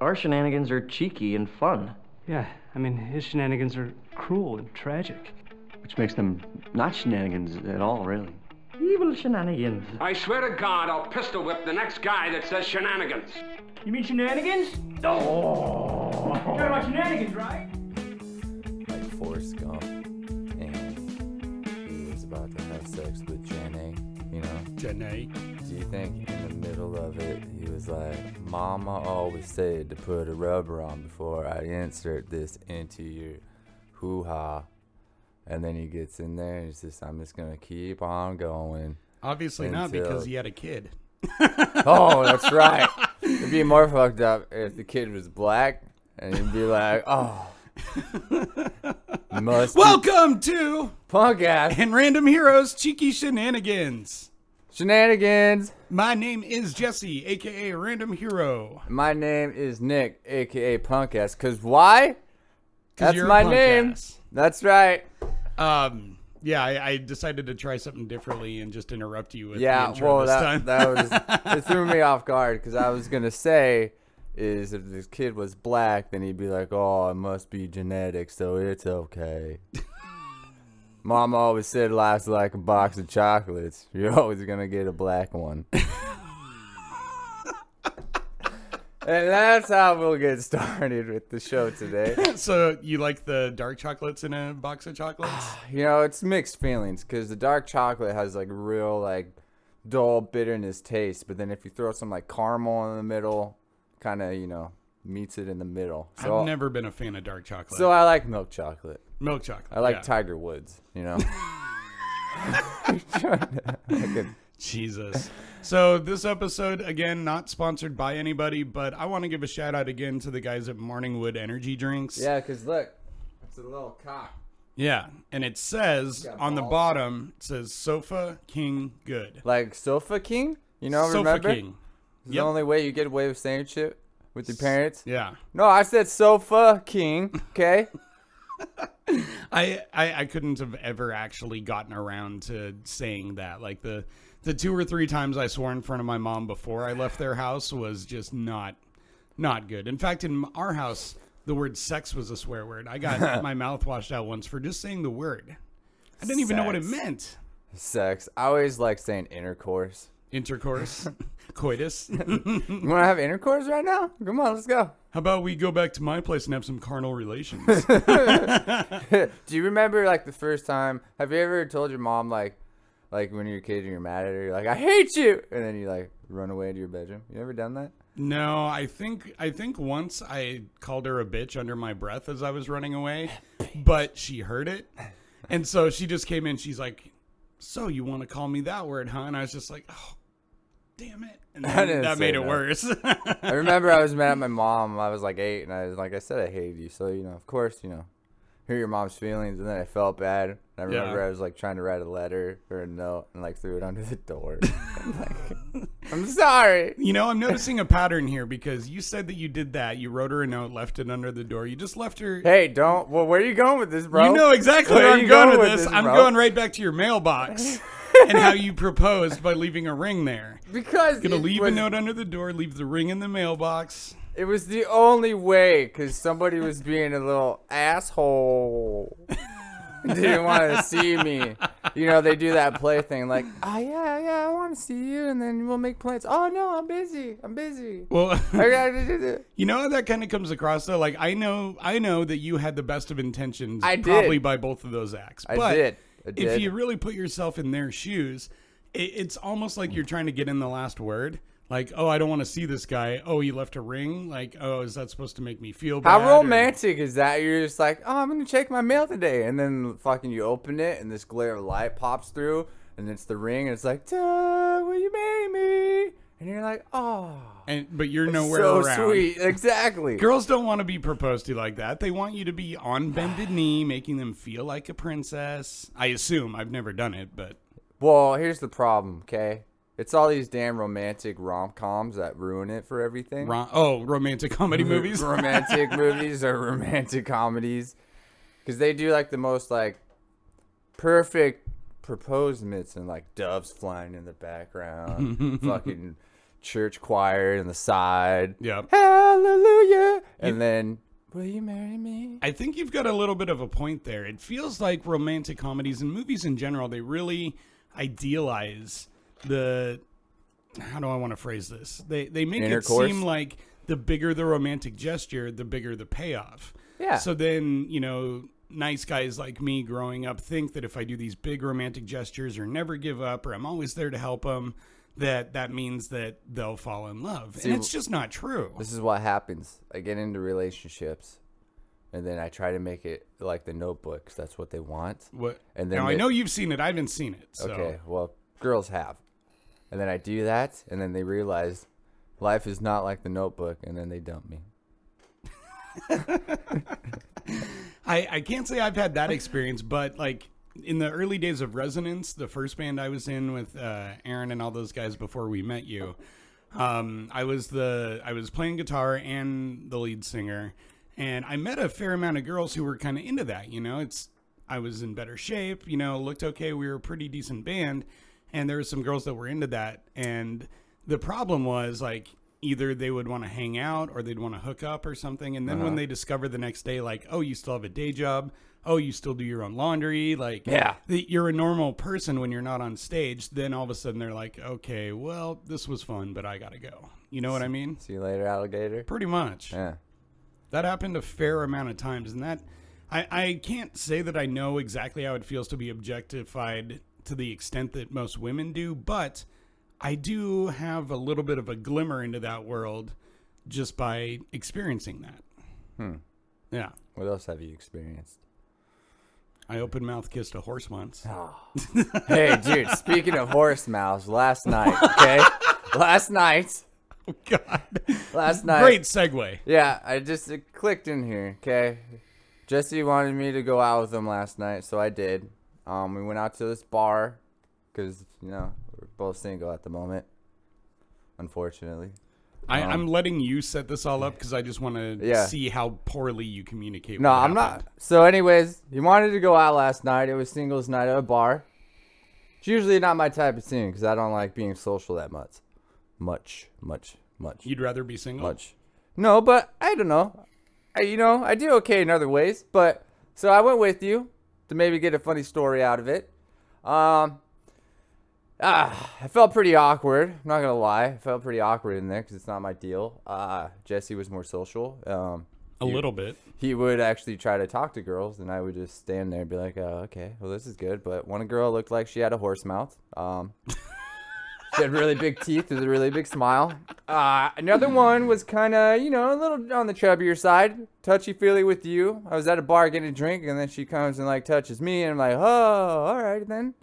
Our shenanigans are cheeky and fun. Yeah, I mean, his shenanigans are cruel and tragic. Which makes them not shenanigans at all, really. Evil shenanigans. I swear to God, I'll pistol whip the next guy that says shenanigans. You mean shenanigans? No. You're talking about shenanigans, right? like Forrest Gump, and he was about to have sex with Jen A, you know? Janae. Do you think in the middle of it, he was like, Mama always said to put a rubber on before I insert this into your hoo ha? And then he gets in there and he's just, I'm just going to keep on going. Obviously not Until- because he had a kid. Oh, that's right. It'd be more fucked up if the kid was black and he'd be like, oh. Must be Welcome to punk ass and Random Heroes Cheeky Shenanigans. shenanigans. My name is Jesse, aka Random Hero. My name is Nick, aka Punk Ass. Cause why? 'Cause That's you're a my punk name. ass. That's right. Um, yeah, I, I decided to try something differently and just interrupt you with the Yeah. intro Well, this time. that that was it threw me off guard because I was gonna say is if this kid was black, then he'd be like, "Oh, it must be genetic, so it's okay." Mama always said life's like a box of chocolates. You're always gonna get a black one. and that's how we'll get started with the show today. so you like the dark chocolates in a box of chocolates? you know it's mixed feelings because the dark chocolate has like real like dull bitterness taste but then if you throw some like caramel in the middle kind of you know meets it in the middle so I've never been a fan of dark chocolate. so i like milk chocolate Milk chocolate. i like yeah. tiger woods you know Jesus. So this episode again not sponsored by anybody, but I want to give a shout out again to the guys at Morningwood Energy Drinks. yeah because look it's a little cock Yeah, and it says Got on the balls. bottom it says Sofa King Good. like sofa king you know Sofa remember King. It's yep. the only way you get away with saying shit with your parents Yeah. no i said sofa king okay I, I I couldn't have ever actually gotten around to saying that. Like the the two or three times I swore in front of my mom before I left their house was just not not good. In fact, in our house, the word sex was a swear word. I got my mouth washed out once for just saying the word. I didn't even know what it Sex. meant. sex i always like saying intercourse Intercourse, coitus. You want to have intercourse right now? Come on, let's go. How about we go back to my place and have some carnal relations? Do you remember like the first time? Have you ever told your mom like, like when you're a kid and you're mad at her, you're like, I hate you, and then you like run away to your bedroom? You ever done that? No, I think I think once I called her a bitch under my breath as I was running away, but she heard it. And so she just came in, she's like, "So you want to call me that word, huh?" And I was just like, "Oh, damn it." And I then didn't that say made it that. worse. I remember I was mad at my mom. I was like eight, and I was like, I said I hated you, so you know, of course, you know, hear your mom's feelings, and then I felt bad. And I remember Yeah. I was like trying to write a letter or a note, and like threw it under the door. I'm like, I'm sorry. you know, I'm noticing a pattern here because you said that you did that. You wrote her a note, left it under the door. You just left her Hey, don't. Well, where are you going with this, bro? You know exactly Where where are I'm you going, going with with this. this, I'm bro? going right back to your mailbox and how you proposed by leaving a ring there. Because Gonna it leave was- a note under the door, leave the ring in the mailbox. It was the only way because somebody was being a little asshole. Didn't want to see me. You know, they do that play thing like, oh, yeah, yeah, I want to see you, and then we'll make plans. Oh, no, I'm busy. I'm busy. Well, I gotta do this." you know how that kind of comes across though. Like I know, I know that you had the best of intentions, I did. probably by both of those acts. I but did. I did. if you really put yourself in their shoes, it, it's almost like you're trying to get in the last word. Like, oh, I don't want to see this guy. Oh, he left a ring. Like, oh, is that supposed to make me feel bad? How or- romantic is that? You're just like, oh, I'm gonna check my mail today, and then fucking you open it, and this glare of light pops through, and it's the ring, and it's like, "Duh, will you marry me? And you're like, oh, And but you're nowhere so around. sweet, exactly. Girls don't want to be proposed to like that. They want you to be on bended knee, making them feel like a princess. I assume. I've never done it, but Well, here's the problem, okay? It's all these damn romantic rom coms that ruin it for everything. rom- oh, romantic comedy movies. romantic movies or romantic comedies. Because they do like the most like perfect proposements and like doves flying in the background, fucking church choir in the side. Yep. Hallelujah, and then will you marry me? I think you've got a little bit of a point there. It feels like romantic comedies and movies in general, they really idealize the how do I want to phrase this? They they make it Intercourse? seem like the bigger the romantic gesture, the bigger the payoff. Yeah. So then, you know, nice guys like me growing up think that if I do these big romantic gestures or never give up or I'm always there to help them, that that means that they'll fall in love. and it's just not true. This is what happens. I get into relationships, and then I try to make it like the Notebook, 'cause that's what they want. What? and And then now I they- know you've seen it. I haven't seen it. So. Okay, well, girls have. And then I do that, and then they realize life is not like the Notebook, and then they dump me. I, I can't say I've had that experience, but like in the early days of Resonance, the first band I was in with uh, Aaron and all those guys before we met you, um, I was the I was playing guitar and the lead singer, and I met a fair amount of girls who were kind of into that. You know, it's I was in better shape. You know, looked okay. We were a pretty decent band, and there were some girls that were into that. And the problem was like either they would want to hang out or they'd want to hook up or something. And then when they discover the next day, like, oh, you still have a day job. Oh, you still do your own laundry. Like, Yeah. that you're a normal person when you're not on stage, then all of a sudden they're like, okay, well, this was fun, but I gotta go. You know what I mean? See you later, alligator. Pretty much. Yeah. That happened a fair amount of times, and that I, I can't say that I know exactly how it feels to be objectified to the extent that most women do, but I do have a little bit of a glimmer into that world just by experiencing that. Hmm. Yeah. What else have you experienced? I open mouth kissed a horse once. hey, dude, speaking of horse mouths, last night, okay? last night, Oh, God. last night. Great segue. Yeah, I just it clicked in here. Okay, Jesse wanted me to go out with him last night, so I did. Um, we went out to this bar because you know we're both single at the moment, unfortunately. I, I'm letting you set this all up because I just want to Uh-huh. Yeah. see how poorly you communicate. No, what I'm not. happened. So, anyways, he wanted to go out last night. It was singles night at a bar. It's usually not my type of scene because I don't like being social that much, much, much, much. You'd rather be single. much. No, but I don't know. I, you know, I do okay in other ways. But so I went with you to maybe get a funny story out of it. Um, ah, I felt pretty awkward. I'm not gonna lie, I felt pretty awkward in there because it's not my deal. Uh, Jesse was more social. Um, A little bit. he would actually try to talk to girls, and I would just stand there and be like, "Oh, okay, well, this is good." But one girl looked like she had a horse mouth. Um, she had really big teeth with a really big smile. Uh, another one was kind of, you know, a little on the chubbier side, touchy feely with you. I was at a bar getting a drink, and then she comes and like touches me, and I'm like, "Oh, all right then."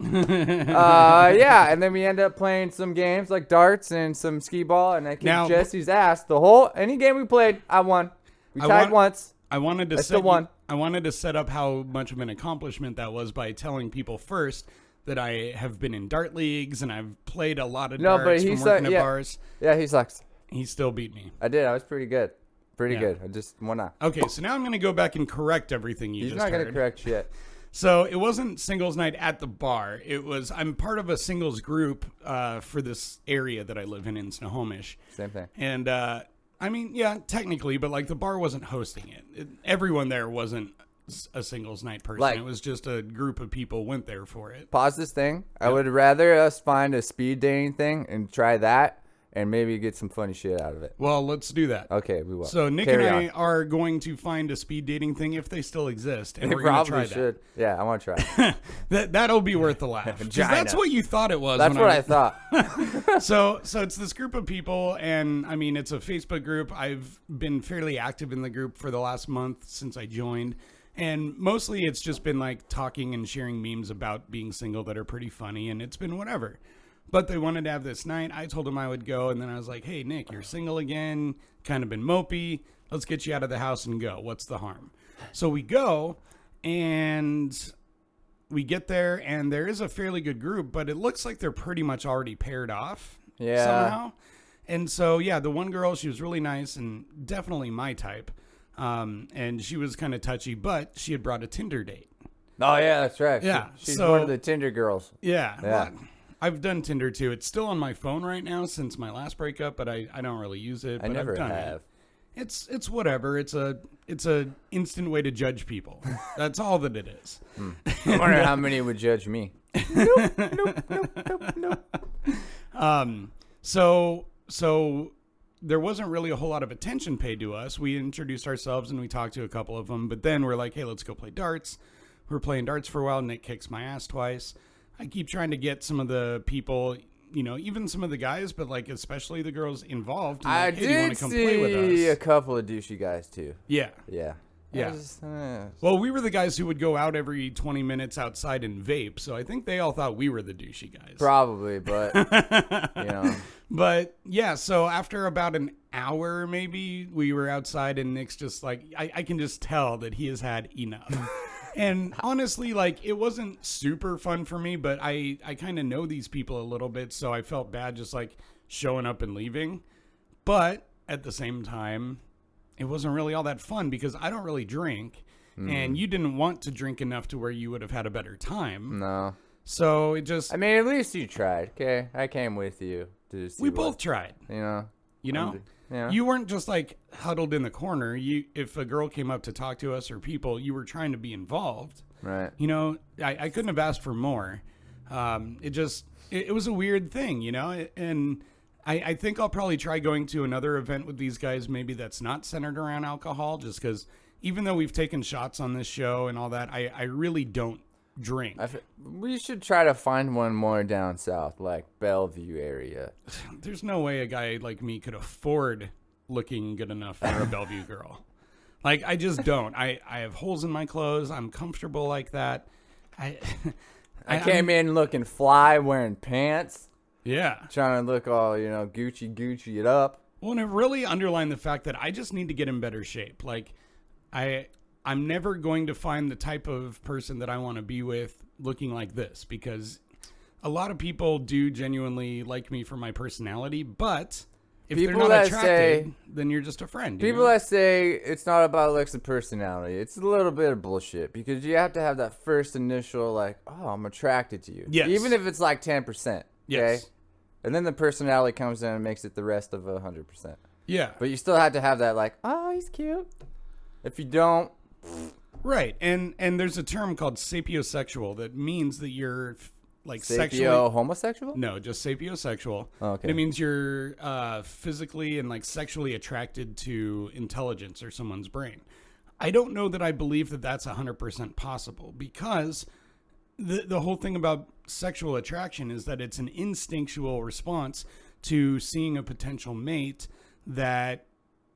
uh, yeah, and then we end up playing some games like darts and some skee ball, and I kicked Now- Jesse's ass. The whole any game we played, I won. We I tied want- once. I wanted to I set still you- won. I wanted to set up how much of an accomplishment that was by telling people first that I have been in dart leagues and I've played a lot of No, but darts he from said- working at yeah. bars. Yeah, he sucks. He still beat me. I did. I was pretty good. Pretty Yeah. good. I just why not? Okay, so now I'm going to go back and correct everything you He's just not gonna heard. correct shit. So it wasn't singles night at the bar. It was I'm part of a singles group uh, for this area that I live in in Snohomish. Same thing. And uh, I mean, yeah, technically, but like the bar wasn't hosting it. it everyone there wasn't s- a singles night person. Like- it was just a group of people went there for it. Pause this thing. I would rather us find a speed dating thing and try that, and maybe get some funny shit out of it. Well, let's do that. Okay, we will. So Nick Carry and I on. are going to find a speed dating thing if they still exist, and we're going to probably try should. Yeah, I want to try. it. that. that. That'll be worth a laugh. 'Cause That's what you thought it was. That's when what I, I thought. so so it's this group of people and i mean it's a facebook group i've been fairly active in the group for the last month since i joined and mostly it's just been like talking and sharing memes about being single that are pretty funny and it's been whatever but they wanted to have this night i told them i would go and then i was like hey nick you're single again kind of been mopey let's get you out of the house and go what's the harm so we go and we get there and there is a fairly good group, but it looks like they're pretty much already paired off. Yeah. Somehow. And so yeah, the one girl, she was really nice and definitely my type. Um, and she was kind of touchy, but she had brought a Tinder date. oh yeah, that's right. She- Yeah, she's so- one of the Tinder girls. Yeah. Yeah. well, I've done Tinder too. It's still on my phone right now since my last breakup, but I, I don't really use it. I but never I've done have. It. It's it's whatever. It's a it's a instant way to judge people. That's all that it is. I wonder how many would judge me. So so there wasn't really a whole lot of attention paid to us. We introduced ourselves and we talked to a couple of them, but then we're like, "Hey, let's go play darts." We're playing darts for a while. Nick kicks my ass twice. I keep trying to get some of the people, you know, even some of the guys, but like especially the girls involved. I'm I like, hey, do you want did to come play see a with us? couple of douchey guys too. Yeah. Yeah. Yeah. I was, uh, Well, we were the guys who would go out every 20 minutes outside and vape, so I think they all thought we were the douchey guys. probably, but you know, But yeah, so after about an hour, maybe we were outside, and Nick's just like, I, I can just tell that he has had enough. and honestly, like, it wasn't super fun for me, but I, I kind of know these people a little bit, so I felt bad just like showing up and leaving. But at the same time, it wasn't really all that fun because I don't really drink. Mm-hmm. And you didn't want to drink enough to where you would have had a better time. no. So it just, I mean, at least you tried. Okay, I came with you to see. we what- both tried. you know. You know, yeah. you weren't just like huddled in the corner. You, if a girl came up to talk to us or people, you were trying to be involved. Right. You know, I, I couldn't have asked for more. Um, it just, it, it was a weird thing, you know. And I, I think I'll probably try going to another event with these guys. Maybe that's not centered around alcohol, just because even though we've taken shots on this show and all that, I, I really don't drink. I f- we should try to find one more down south, like Bellevue area. There's no way a guy like me could afford looking good enough for a Bellevue girl. Like I just don't. I I have holes in my clothes. I'm comfortable like that. I I, came in looking fly, wearing pants, yeah. trying to look all you know Gucci Gucci it up. Well, and it really underlined the fact that I just need to get in better shape. Like I I'm never going to find the type of person that I want to be with looking like this because a lot of people do genuinely like me for my personality, but if People they're not that attracted, say- then you're just a friend. you People know? that say it's not about looks and personality, it's a little bit of bullshit because you have to have that first initial like, oh, I'm attracted to you, Yes. even if it's like ten percent. Yes. And then the personality comes in and makes it the rest of hundred percent. yeah. But you still have to have that like, oh, he's cute. If you don't, Right, and and there's a term called sapiosexual that means that you're f- like sapio sexually homosexual. no, just sapiosexual. Okay. it means you're uh, physically and like sexually attracted to intelligence or someone's brain. I don't know that I believe that that's hundred percent possible because the the whole thing about sexual attraction is that it's an instinctual response to seeing a potential mate that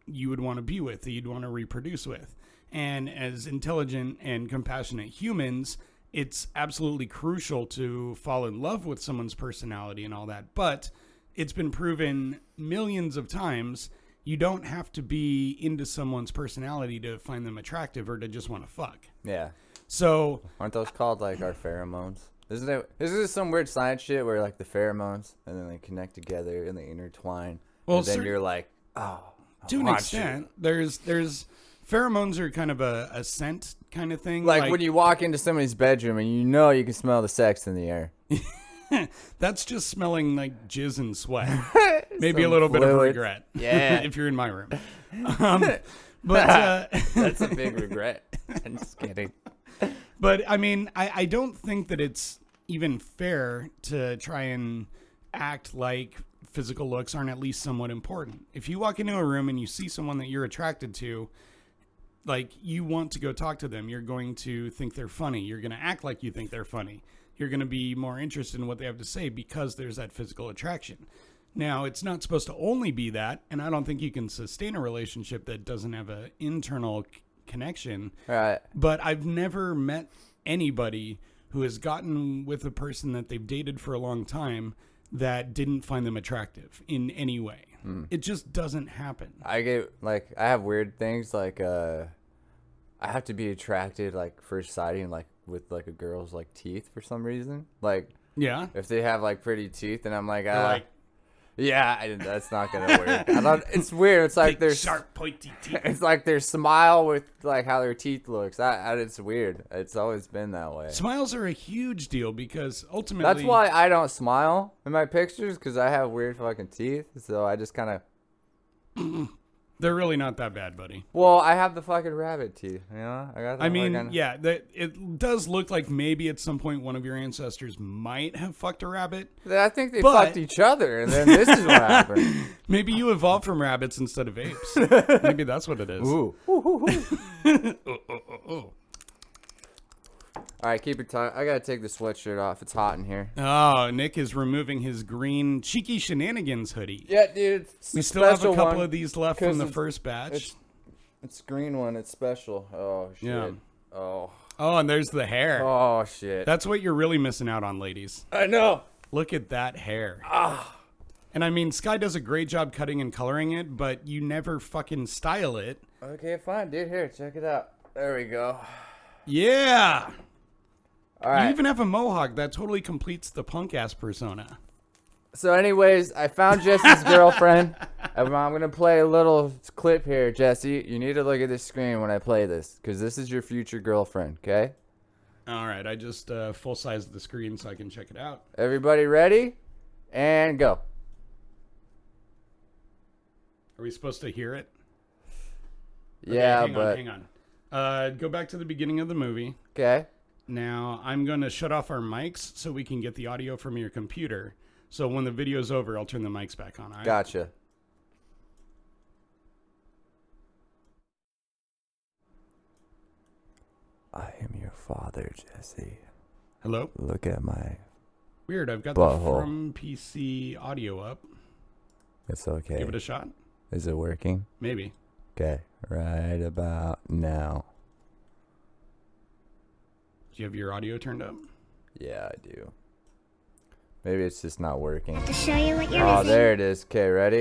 you would want to be with, that you'd want to reproduce with. And as intelligent and compassionate humans, it's absolutely crucial to fall in love with someone's personality and all that. But it's been proven millions of times you don't have to be into someone's personality to find them attractive or to just want to fuck. Yeah. So, Aren't those called like our pheromones? Isn't it? Isn't this some weird science shit where like the pheromones and then they connect together and they intertwine? Well, and then cer- you're like, oh, to an want you. extent, there's there's pheromones are kind of a, a scent kind of thing. like, when you walk into somebody's bedroom and you know you can smell the sex in the air. That's just smelling like jizz and sweat. Maybe a Some little bit of fluids. regret. Yeah. if you're in my room. Um, but uh, That's a big regret. I'm just kidding. but I mean, I, I don't think that it's even fair to try and act like physical looks aren't at least somewhat important. If you walk into a room and you see someone that you're attracted to, like you want to go talk to them, you're going to think they're funny. You're going to act like you think they're funny. You're going to be more interested in what they have to say because there's that physical attraction. Now, it's not supposed to only be that, and I don't think you can sustain a relationship that doesn't have an internal c- connection All right. but I've never met anybody who has gotten with a person that they've dated for a long time that didn't find them attractive in any way. Hmm. It just doesn't happen. I get like I have weird things like uh I have to be attracted like first sighting like with like a girl's like teeth for some reason. Like Yeah. if they have like pretty teeth and I'm like, uh, like- yeah, I, didn't- that's not gonna work. I thought it's weird. It's like their Sharp, pointy teeth. It's like their smile with like how their teeth looks. I, I it's weird. It's always been that way. Smiles are a huge deal because ultimately That's why I don't smile in my pictures because I have weird fucking teeth. So I just kind of They're really not that bad, buddy. Well, I have the fucking rabbit teeth. You know, I got. The I mean, fucking- yeah, that it does look like maybe at some point one of your ancestors might have fucked a rabbit. I think they But- fucked each other, and then this is what happened. Maybe you evolved from rabbits instead of apes. maybe that's what it is. Ooh. Oh, oh, oh, oh. All right, keep it tight. I gotta take the sweatshirt off. It's hot in here. Oh, Nick is removing his green cheeky shenanigans hoodie. Yeah, dude. It's We still have a special couple one. of these left 'cause from the it's- first batch. it's- It's green one. It's special. Oh shit. Yeah. Oh. Oh, and there's the hair. Oh shit. That's what you're really missing out on, ladies. I know. Look at that hair. Ah. And I mean, Sky does a great job cutting and coloring it, but you never fucking style it. Okay, fine, dude. Here, check it out. There we go. Yeah. All You right. even have a mohawk that totally completes the punk ass persona. so, anyways, I found Jesse's girlfriend. and I'm gonna play a little clip here, Jesse. You need to look at this screen when I play this, because this is your future girlfriend. Okay. All right, I just uh, full sized the screen so I can check it out. Everybody ready? And go. Are we supposed to hear it? yeah, hang but on, hang on. Uh, go back to the beginning of the movie. okay. Now I'm going to shut off our mics so we can get the audio from your computer. So when the video's over, I'll turn the mics back on. all right? Gotcha. I am your father, Jesse. Hello. Look at my. Weird. I've got Butthole. the from PC audio up. It's okay. Give it a shot. Is it working? Maybe. Okay. Right about now. Do you have your audio turned up? Yeah, I do. Maybe it's just not working. to show you what you're Oh, missing. there it is. Okay, ready?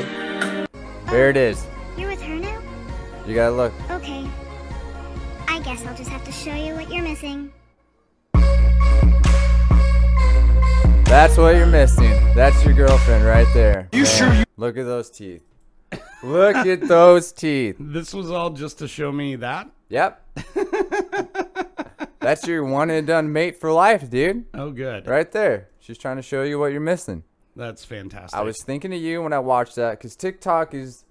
There it is. You're with her now? You gotta look. Okay. I guess I'll just have to show you what you're missing. That's what you're missing. That's your girlfriend right there. You sure you. Look at those teeth. look at those teeth. This was all just to show me that. Yep. That's your one and done mate for life, dude. Oh, good. Right there. She's trying to show you what you're missing. That's fantastic. I was thinking of you when I watched that because TikTok is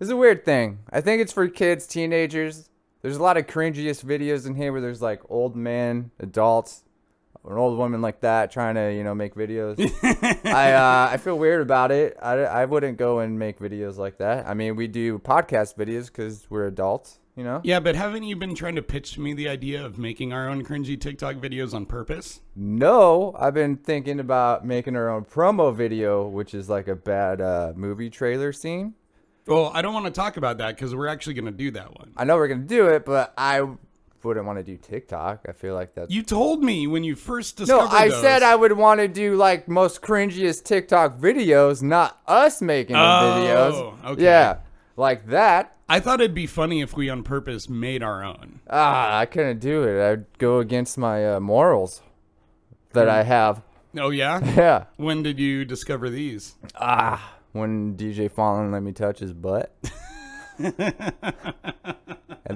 is a weird thing. I think it's for kids, teenagers. There's a lot of cringiest videos in here where there's like old man, adults, or an old woman like that trying to you know make videos. I uh, I feel weird about it. I, I wouldn't go and make videos like that. I mean, we do podcast videos because we're adults, you know. Yeah, but haven't you been trying to pitch me the idea of making our own cringy TikTok videos on purpose? No, I've been thinking about making our own promo video, which is like a bad uh, movie trailer scene. Well, I don't want to talk about that because we're actually going to do that one. I know we're gonna do it, but I wouldn't want to do TikTok. I feel like that's You told me when you first no. discovered. I those. said I would want to do like most cringiest TikTok videos, not us making the Oh, videos. okay. Yeah, like that. I thought it'd be funny if we on purpose made our own. Ah, I couldn't do it. I'd go against my uh, morals that I have. Oh yeah. Yeah. when did you discover these? Ah, when DJ Fallon let me touch his butt. and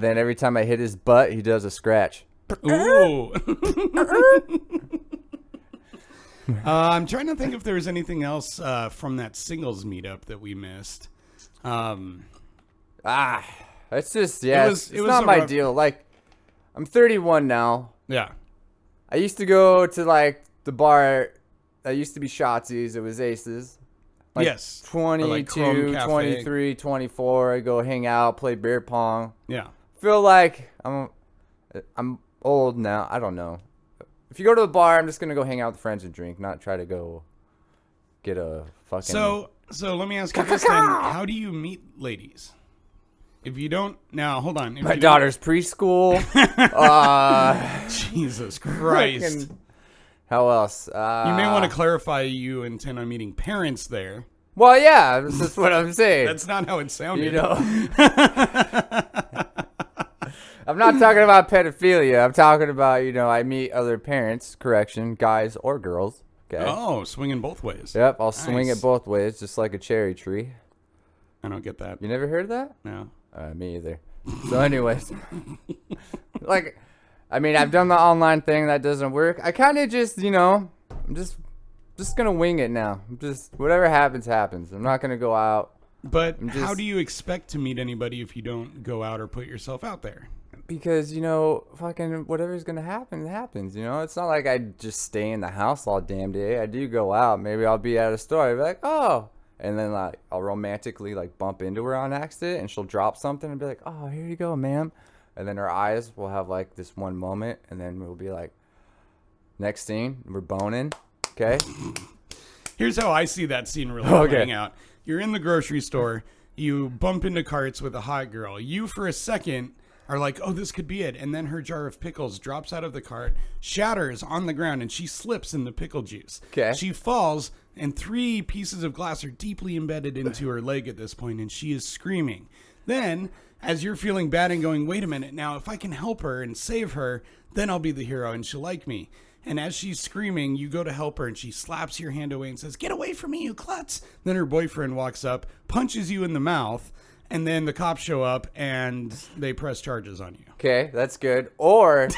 then every time I hit his butt, he does a scratch. Ooh. Uh-uh. uh, I'm trying to think if there was anything else uh, from that singles meetup that we missed. Um, Ah, it's just yeah, was- it's, it it's was not a my rough- deal. Like, I'm 31 now. yeah. I used to go to like the bar that used to be Shotzi's. It was Aces. Like yes. Or 22, like Chrome Cafe. 23, 24. I go hang out, play beer pong. Yeah. Feel like I'm, I'm old now. I don't know. If you go to the bar, I'm just gonna go hang out with friends and drink, not try to go get a fucking. So so let me ask you this then: How do you meet ladies? If you don't now, hold on. If my you don't- daughter's preschool. Jesus Christ. Fucking- How else? Uh, You may want to clarify you intend on meeting parents there. Well, yeah, this is what I'm saying. That's not how it sounded. you know. I'm not talking about pedophilia. I'm talking about you know I meet other parents, correction, guys or girls. Okay. Oh, swinging both ways. Yep, I'll swing Nice. it both ways, just like a cherry tree. I don't get that. You never heard of that? No. Uh, me either. So, anyways, like, I mean, I've done the online thing that doesn't work. I kind of just, you know, I'm just, just gonna wing it now. I'm just whatever happens, happens. I'm not gonna go out. But how just- do you expect to meet anybody if you don't go out or put yourself out there? because you know fucking whatever's gonna happen happens you know it's not like i just stay in the house all damn day i do go out maybe i'll be at a store I'll be like oh and then like i'll romantically like bump into her on accident and she'll drop something and be like oh here you go ma'am and then her eyes will have like this one moment and then we'll be like next scene we're boning okay Here's how I see that scene really Okay. playing out. You're in the grocery store, you bump into carts with a hot girl. You for a second are like, "Oh, this could be it." And then her jar of pickles drops out of the cart, shatters on the ground, and she slips in the pickle juice. 'Kay. She falls, and three pieces of glass are deeply embedded into her leg at this point, and she is screaming. Then, as you're feeling bad and going, "Wait a minute, now if I can help her and save her, then I'll be the hero and she'll like me." And as she's screaming, you go to help her and she slaps your hand away and says, Get away from me, you klutz. Then her boyfriend walks up, punches you in the mouth, and then the cops show up and they press charges on you. okay that's good or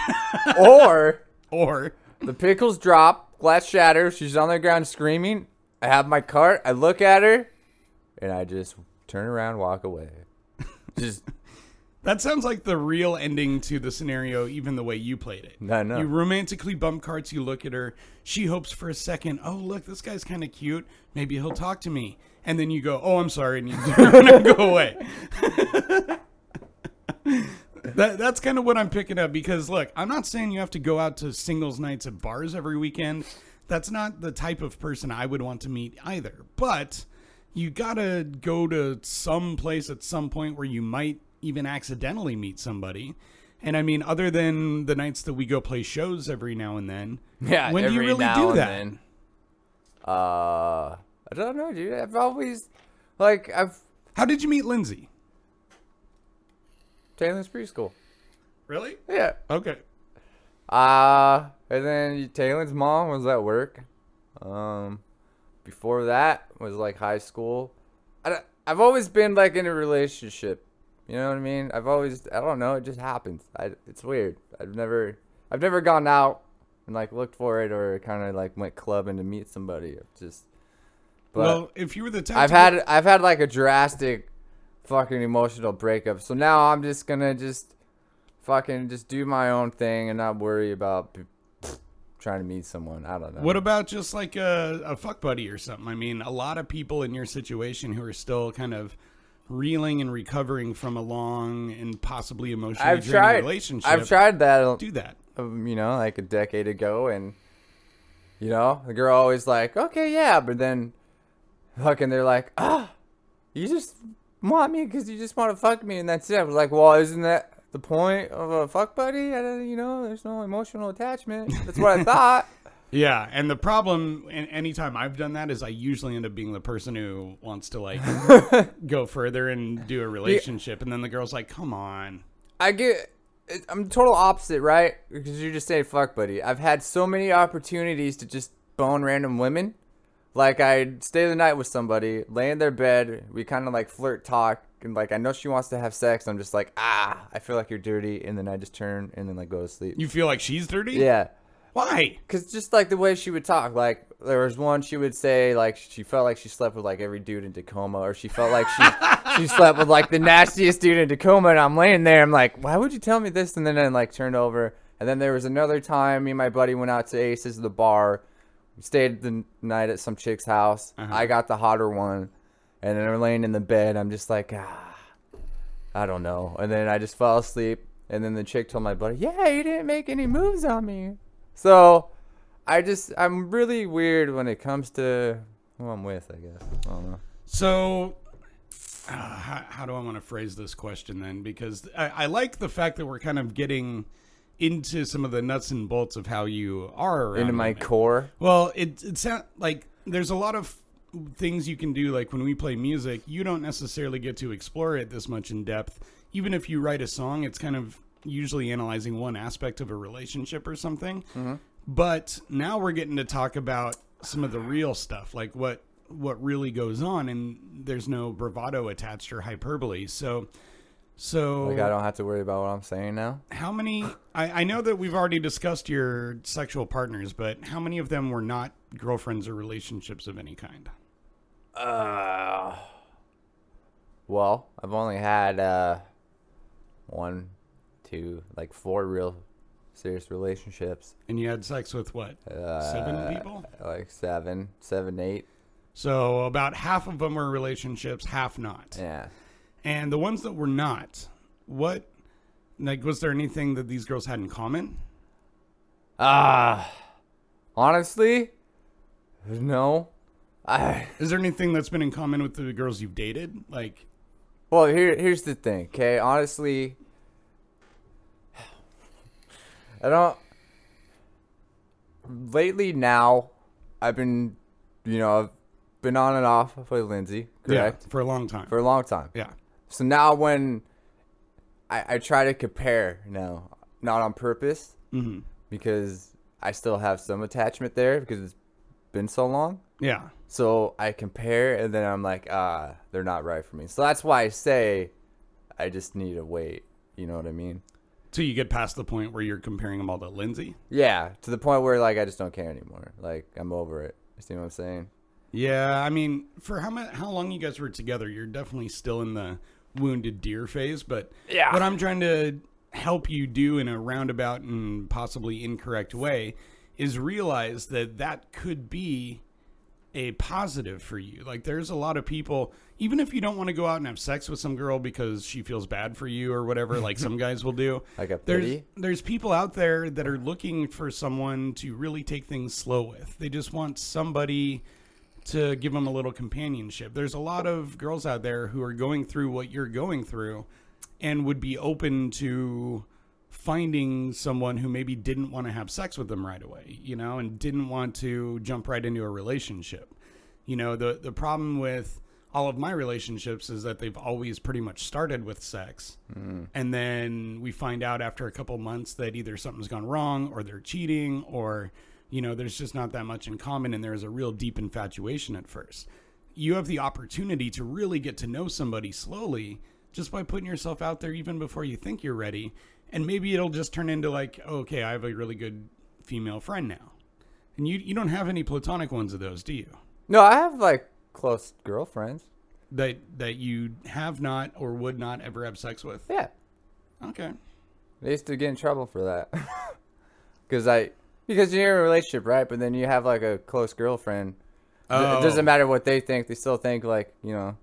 or Or The pickles drop, glass shatters, she's on the ground screaming. I have my cart, I look at her, and I just turn around, walk away. Just that sounds like the real ending to the scenario, even the way you played it. No, no. You romantically bump carts, you look at her. She hopes for a second, Oh, look, this guy's kind of cute. Maybe he'll talk to me. And then you go, Oh, I'm sorry. And you turn and go away. That, that's kind of what I'm picking up because look, I'm not saying you have to go out to singles nights at bars every weekend. That's not the type of person I would want to meet either. But you gotta go to some place at some point where you might even accidentally meet somebody. And I mean, other than the nights that we go play shows every now and then, yeah. when do you every really now do and that? then. Uh, I don't know, dude. I've always like I've How did you meet Lindsay? Taylor's preschool. Really? Yeah. Okay. Uh, and then Taylor's mom was at work. Um, before that was like high school. I, don't- I've always been like in a relationship. You know what I mean? I've always I don't know. It just happens. I, it's weird. I've never I've never gone out and like looked for it or kind of like went clubbing to meet somebody. It's just but well, if you were the type I've to- had I've had like a drastic fucking emotional breakup. So now I'm just gonna just fucking just do my own thing and not worry about p- trying to meet someone. I don't know. What about just like a, a fuck buddy or something? I mean, a lot of people in your situation who are still kind of reeling and recovering from a long and possibly emotionally I've draining tried. relationship. I've tried that. Do that. um, you know, like a decade ago, and you know, the girl always like, okay, yeah, but then fucking, they're like, ah, you just want me because you just want to fuck me, and that's it. I was like, well, isn't that the point of a fuck buddy? I don't, you know, there's no emotional attachment. That's what I thought. Yeah, and the problem, and anytime I've done that, is I usually end up being the person who wants to like go further and do a relationship, and then the girl's like, "Come on." I get. it- I'm total opposite, right? Because you just say fuck, buddy. I've had so many opportunities to just bone random women. Like I'd stay the night with somebody, lay in their bed, we kind of like flirt, talk, and like I know she wants to have sex. I'm just like, ah, I feel like you're dirty, and then I just turn and then like go to sleep. You feel like she's dirty? yeah. Why? Cause just like the way she would talk, like there was one she would say like she felt like she slept with like every dude in Tacoma, or she felt like she she slept with like the nastiest dude in Tacoma, and I'm laying there, I'm like, why would you tell me this? And then I like turned over, and then there was another time me and my buddy went out to Aces the bar, we stayed the n- night at some chick's house. I got the hotter one, and then I'm laying in the bed, I'm just like ah. I don't know. And then I just fell asleep. And then the chick told my buddy, "Yeah, you didn't make any moves on me." So, I just I'm really weird when it comes to who I'm with. I guess I don't know. So, uh, how, how do I want to phrase this question then? Because I, I like the fact that we're kind of getting into some of the nuts and bolts of how you are around Into my women. core. Well, it it sound like there's a lot of things you can do. Like when we play music, you don't necessarily get to explore it this much in depth. Even if you write a song, it's kind of usually analyzing one aspect of a relationship or something. But now we're getting to talk about some of the real stuff, like what what really goes on, and there's no bravado attached or hyperbole. So, so Like I don't have to worry about what I'm saying now. how many I, I know that we've already discussed your sexual partners but how many of them were not girlfriends or relationships of any kind Uh, Well, I've only had uh, one, two, like four real serious relationships. And you had sex with what? Uh, Seven people? Like seven, seven, eight. So about half of them were relationships, half not. Yeah. And the ones that were not, what, like, was there anything that these girls had in common? Ah, honestly, no. I Is there anything that's been in common with the girls you've dated? Like, well, here here's the thing. Okay, honestly, I don't. Lately, now, I've been, you know, I've been on and off with Lindsay, correct, yeah, for a long time. for a long time. yeah. So now when I, I try to compare now, not on purpose, Mm-hmm. because I still have some attachment there because it's been so long. Yeah. So I compare and then I'm like, ah, they're not right for me. So that's why I say I just need to wait. You know what I mean? Till you get past the point where you're comparing them all to Lindsay. Yeah, to the point where like I just don't care anymore. Like I'm over it. You see what I'm saying? Yeah, I mean, for how much, how long you guys were together, you're definitely still in the wounded deer phase. But yeah. what I'm trying to help you do in a roundabout and possibly incorrect way is realize that that could be a positive for you. Like, there's a lot of people, even if you don't want to go out and have sex with some girl because she feels bad for you or whatever, like some guys will do. Like a there's, pity? there's people out there that are looking for someone to really take things slow with. They just want somebody to give them a little companionship. There's a lot of girls out there who are going through what you're going through and would be open to finding someone who maybe didn't want to have sex with them right away, you know, and didn't want to jump right into a relationship. You know, the the problem with all of my relationships is that they've always pretty much started with sex. And then we find out after a couple months that either something's gone wrong or they're cheating or you know, there's just not that much in common and there's a real deep infatuation at first. You have the opportunity to really get to know somebody slowly just by putting yourself out there even before you think you're ready. And maybe it'll just turn into like, oh, okay, I have a really good female friend now. And you you don't have any platonic ones of those, do you? No, I have like close girlfriends. That that you have not or would not ever have sex with? Yeah. Okay. They used to get in trouble for that. Because I, because you're in a relationship, right? But then you have like a close girlfriend. Th- It Oh. doesn't matter what they think; they still think like you know.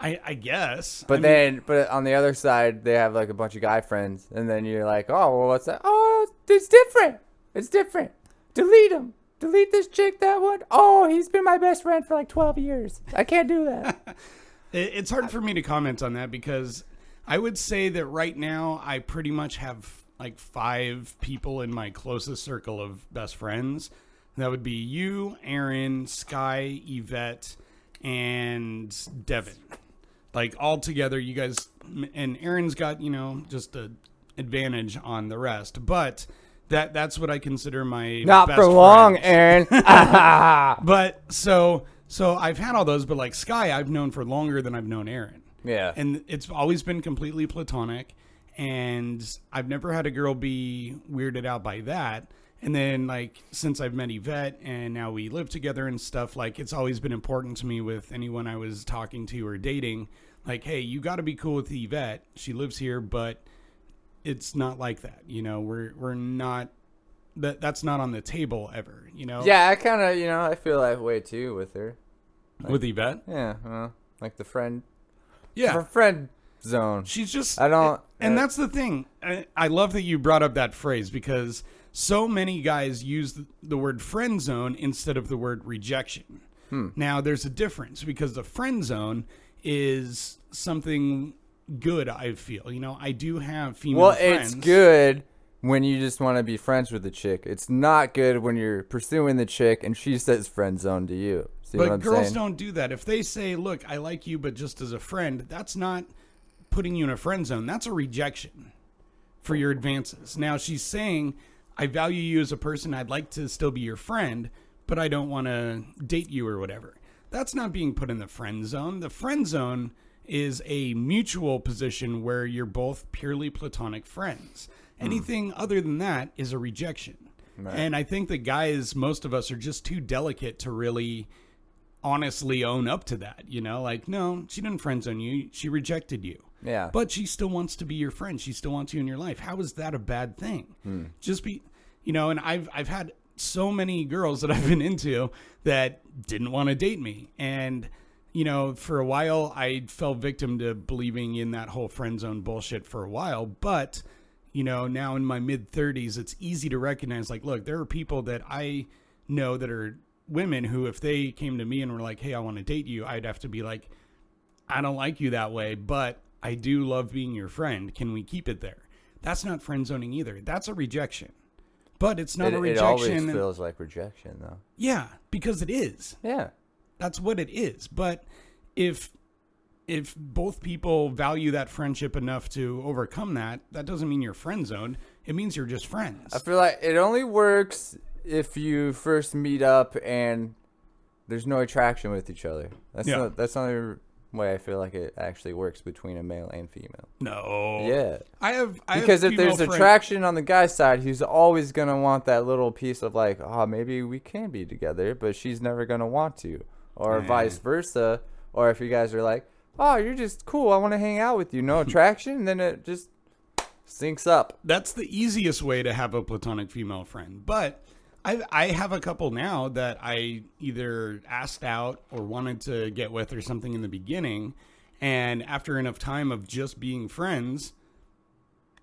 I, I guess. But I mean, then, but on the other side, they have like a bunch of guy friends, and then you're like, oh, well, what's that? Oh, it's different. It's different. Delete him. Delete this chick, that one. Oh, he's been my best friend for like 12 years. I can't do that. It- It's hard for me to comment on that because I would say that right now I pretty much have like five people in my closest circle of best friends. That would be you, Aaron, Sky, Yvette, and Devin. Like all together, you guys and Aaron's got you know just a advantage on the rest, but that that's what I consider my Not best for long, friends. Aaron. But so so I've had all those, but like Sky, I've known for longer than I've known Aaron. yeah. And it's always been completely platonic. And I've never had a girl be weirded out by that. And then, like, since I've met Yvette and now we live together and stuff, like, it's always been important to me with anyone I was talking to or dating. Like, hey, you got to be cool with Yvette. She lives here, but it's not like that. You know, we're, we're not, that, that's not on the table ever, you know? yeah, I kind of, you know, I feel that way too with her. With Yvette? Yeah, well, like the friend, Yeah. fr- friend zone. She's just. I don't- And uh, that's the thing. I, I love that you brought up that phrase because so many guys use th- the word friend zone instead of the word rejection. Hmm. Now, there's a difference because the friend zone is something good, I feel. You know, I do have female Well, friends. it's good when you just want to be friends with the chick. It's not good when you're pursuing the chick and she says friend zone to you. See what But I'm girls saying? don't do that. If they say, "Look, I like you, but just as a friend," that's not putting you in a friend zone. That's a rejection for your advances. Now she's saying, "I value you as a person. I'd like to still be your friend, but I don't want to date you or whatever." That's not being put in the friend zone. The friend zone is a mutual position where you're both purely platonic friends. Anything other than that is a rejection. And I think that guys, most of us are just too delicate to really honestly own up to that. You know, like, no, she didn't friend zone you. She rejected you. Yeah. But she still wants to be your friend. She still wants you in your life. How is that a bad thing? Just be, you know, and I've I've had so many girls that I've been into that didn't want to date me. And you know, for a while I fell victim to believing in that whole friend zone bullshit for a while, but you know, now in my mid 30s, it's easy to recognize like, look, there are people that I know that are women who if they came to me and were like, "Hey, I want to date you." I'd have to be like, I don't like you that way, but I do love being your friend. Can we keep it there? That's not friend zoning either. That's a rejection. But it's not It, a it rejection. always and- feels like rejection, though. yeah, because it is. Yeah. That's what it is. But if if both people value that friendship enough to overcome that, that doesn't mean you're friend zoned. It means you're just friends. I feel like it only works if you first meet up and there's no attraction with each other. That's Yeah. not, that's the only way I feel like it actually works between a male and female. no. Yeah. I have. I Because have if there's female friends- attraction on the guy's side, he's always gonna want that little piece of like, oh, maybe we can be together, but she's never gonna want to, or vice versa. Or if you guys are like, oh, you're just cool, I want to hang out with you, no attraction, then it just sinks up. that's the easiest way to have a platonic female friend. But I I have a couple now that I either asked out or wanted to get with or something in the beginning, and after enough time of just being friends,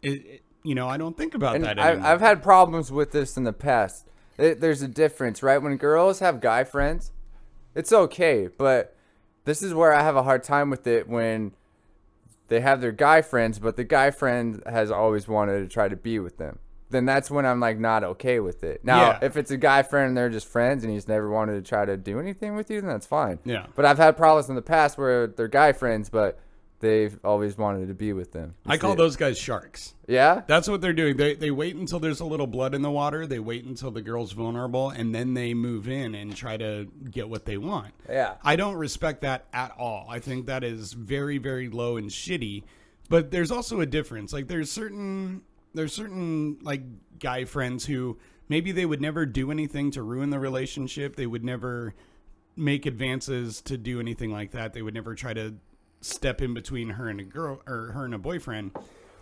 it, it- you know I don't think about And that anymore. I, I've had problems with this in the past. It, there's a difference, right? When girls have guy friends, it's okay, but this is where I have a hard time with it when they have their guy friends, but the guy friend has always wanted to try to be with them. Then that's when I'm like not okay with it. Now, Yeah. if it's a guy friend and they're just friends and he's never wanted to try to do anything with you, then that's fine. Yeah. But I've had problems in the past where they're guy friends, but they've always wanted to be with them. I call those guys sharks. Yeah. That's what they're doing. They they wait until there's a little blood in the water. They wait until the girl's vulnerable, and then they move in and try to get what they want. Yeah. I don't respect that at all. I think that is very very low and shitty. But there's also a difference. Like there's certain there's certain like guy friends who maybe they would never do anything to ruin the relationship. They would never make advances to do anything like that. They would never try to step in between her and a girl or her and a boyfriend.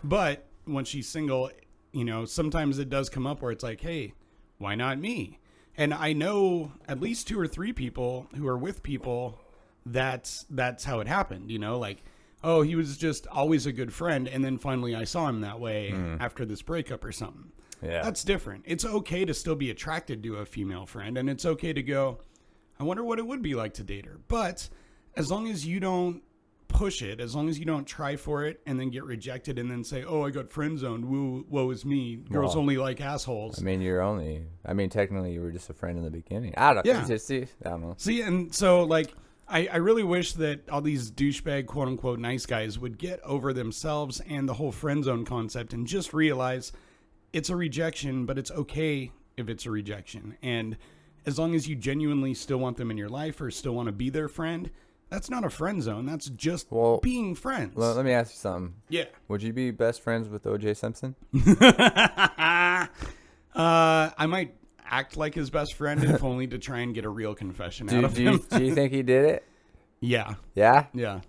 But when she's single, you know, sometimes it does come up where it's like, hey, why not me? And I know at least two or three people who are with people that's that's how it happened, you know, like oh, he was just always a good friend and then finally I saw him that way after this breakup or something. Yeah. That's different. It's okay to still be attracted to a female friend and it's okay to go, I wonder what it would be like to date her. But as long as you don't push it, as long as you don't try for it and then get rejected and then say, "Oh, I got friend zoned. Woo, woe is me. Girls Well, only like assholes." I mean, you're only. I mean, technically, you were just a friend in the beginning. I don't. Yeah. Yeah. Just, see, I don't know. See, and so like I, I really wish that all these douchebag quote unquote nice guys would get over themselves and the whole friend zone concept and just realize it's a rejection, but it's okay if it's a rejection. And as long as you genuinely still want them in your life or still want to be their friend, that's not a friend zone. That's just Well, being friends. Let, let me ask you something. yeah. Would you be best friends with O.J. Simpson? uh, I might act like his best friend if only to try and get a real confession out Do, of do, him. you, do you think he did it? yeah. Yeah. Yeah.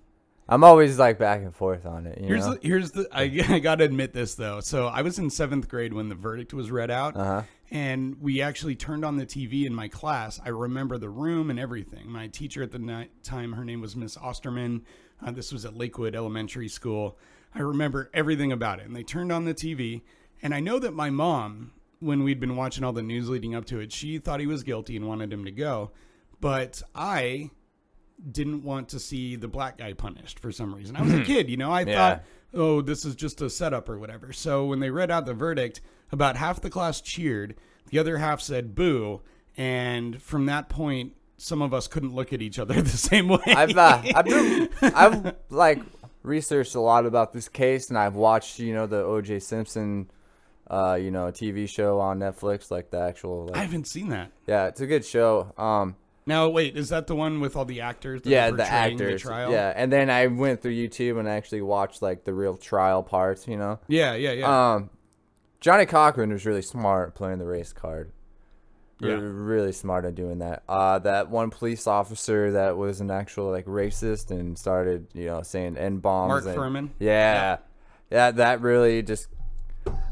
I'm always like back and forth on it. You Here's know? the, here's the I, I gotta admit this though. So I was in seventh grade when the verdict was read out, Uh-huh. and we actually turned on the TV in my class. I remember the room and everything. My teacher at the night time, her name was Miss Osterman. Uh, this was at Lakewood Elementary School. I remember everything about it. And they turned on the TV, and I know that my mom, when we'd been watching all the news leading up to it, she thought he was guilty and wanted him to go, but I didn't want to see the black guy punished for some reason. I Hmm. was a kid, you know. I thought, oh, this is just a setup or whatever. So when they read out the verdict, about half the class cheered, the other half said boo, and from that point, some of us couldn't look at each other the same way. I've uh, I've, been, I've like researched a lot about this case, and I've watched you know the O.J. Simpson, uh, you know, TV show on Netflix, like the actual. I Like, haven't seen that. yeah, it's a good show. Um, Now, wait, is that the one with all the actors? That yeah, are the portraying actors. The trial? Yeah, and then I went through YouTube and actually watched like the real trial parts. You know. yeah, yeah, yeah. Um, Johnny Cochran was really smart playing the race card. Re- Yeah. really smart at doing that. Uh, that one police officer that was an actual like racist and started, you know, saying n bombs. Mark Furman? Yeah, yeah, that really just.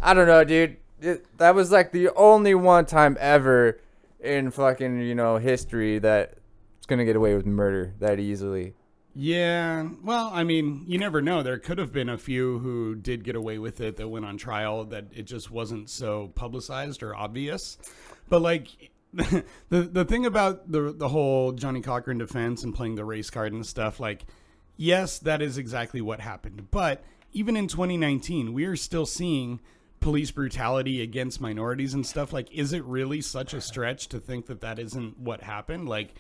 I don't know, dude. It, that was like the only one time ever in fucking you know history that it's gonna get away with murder that easily. Yeah. Well, I mean, you never know. There could have been a few who did get away with it that went on trial that it just wasn't so publicized or obvious. But like the the thing about the the whole Johnny Cochran defense and playing the race card and stuff, like, yes, that is exactly what happened. But even in 2019, we are still seeing police brutality against minorities and stuff. Like, is it really such a stretch to think that that isn't what happened? Like,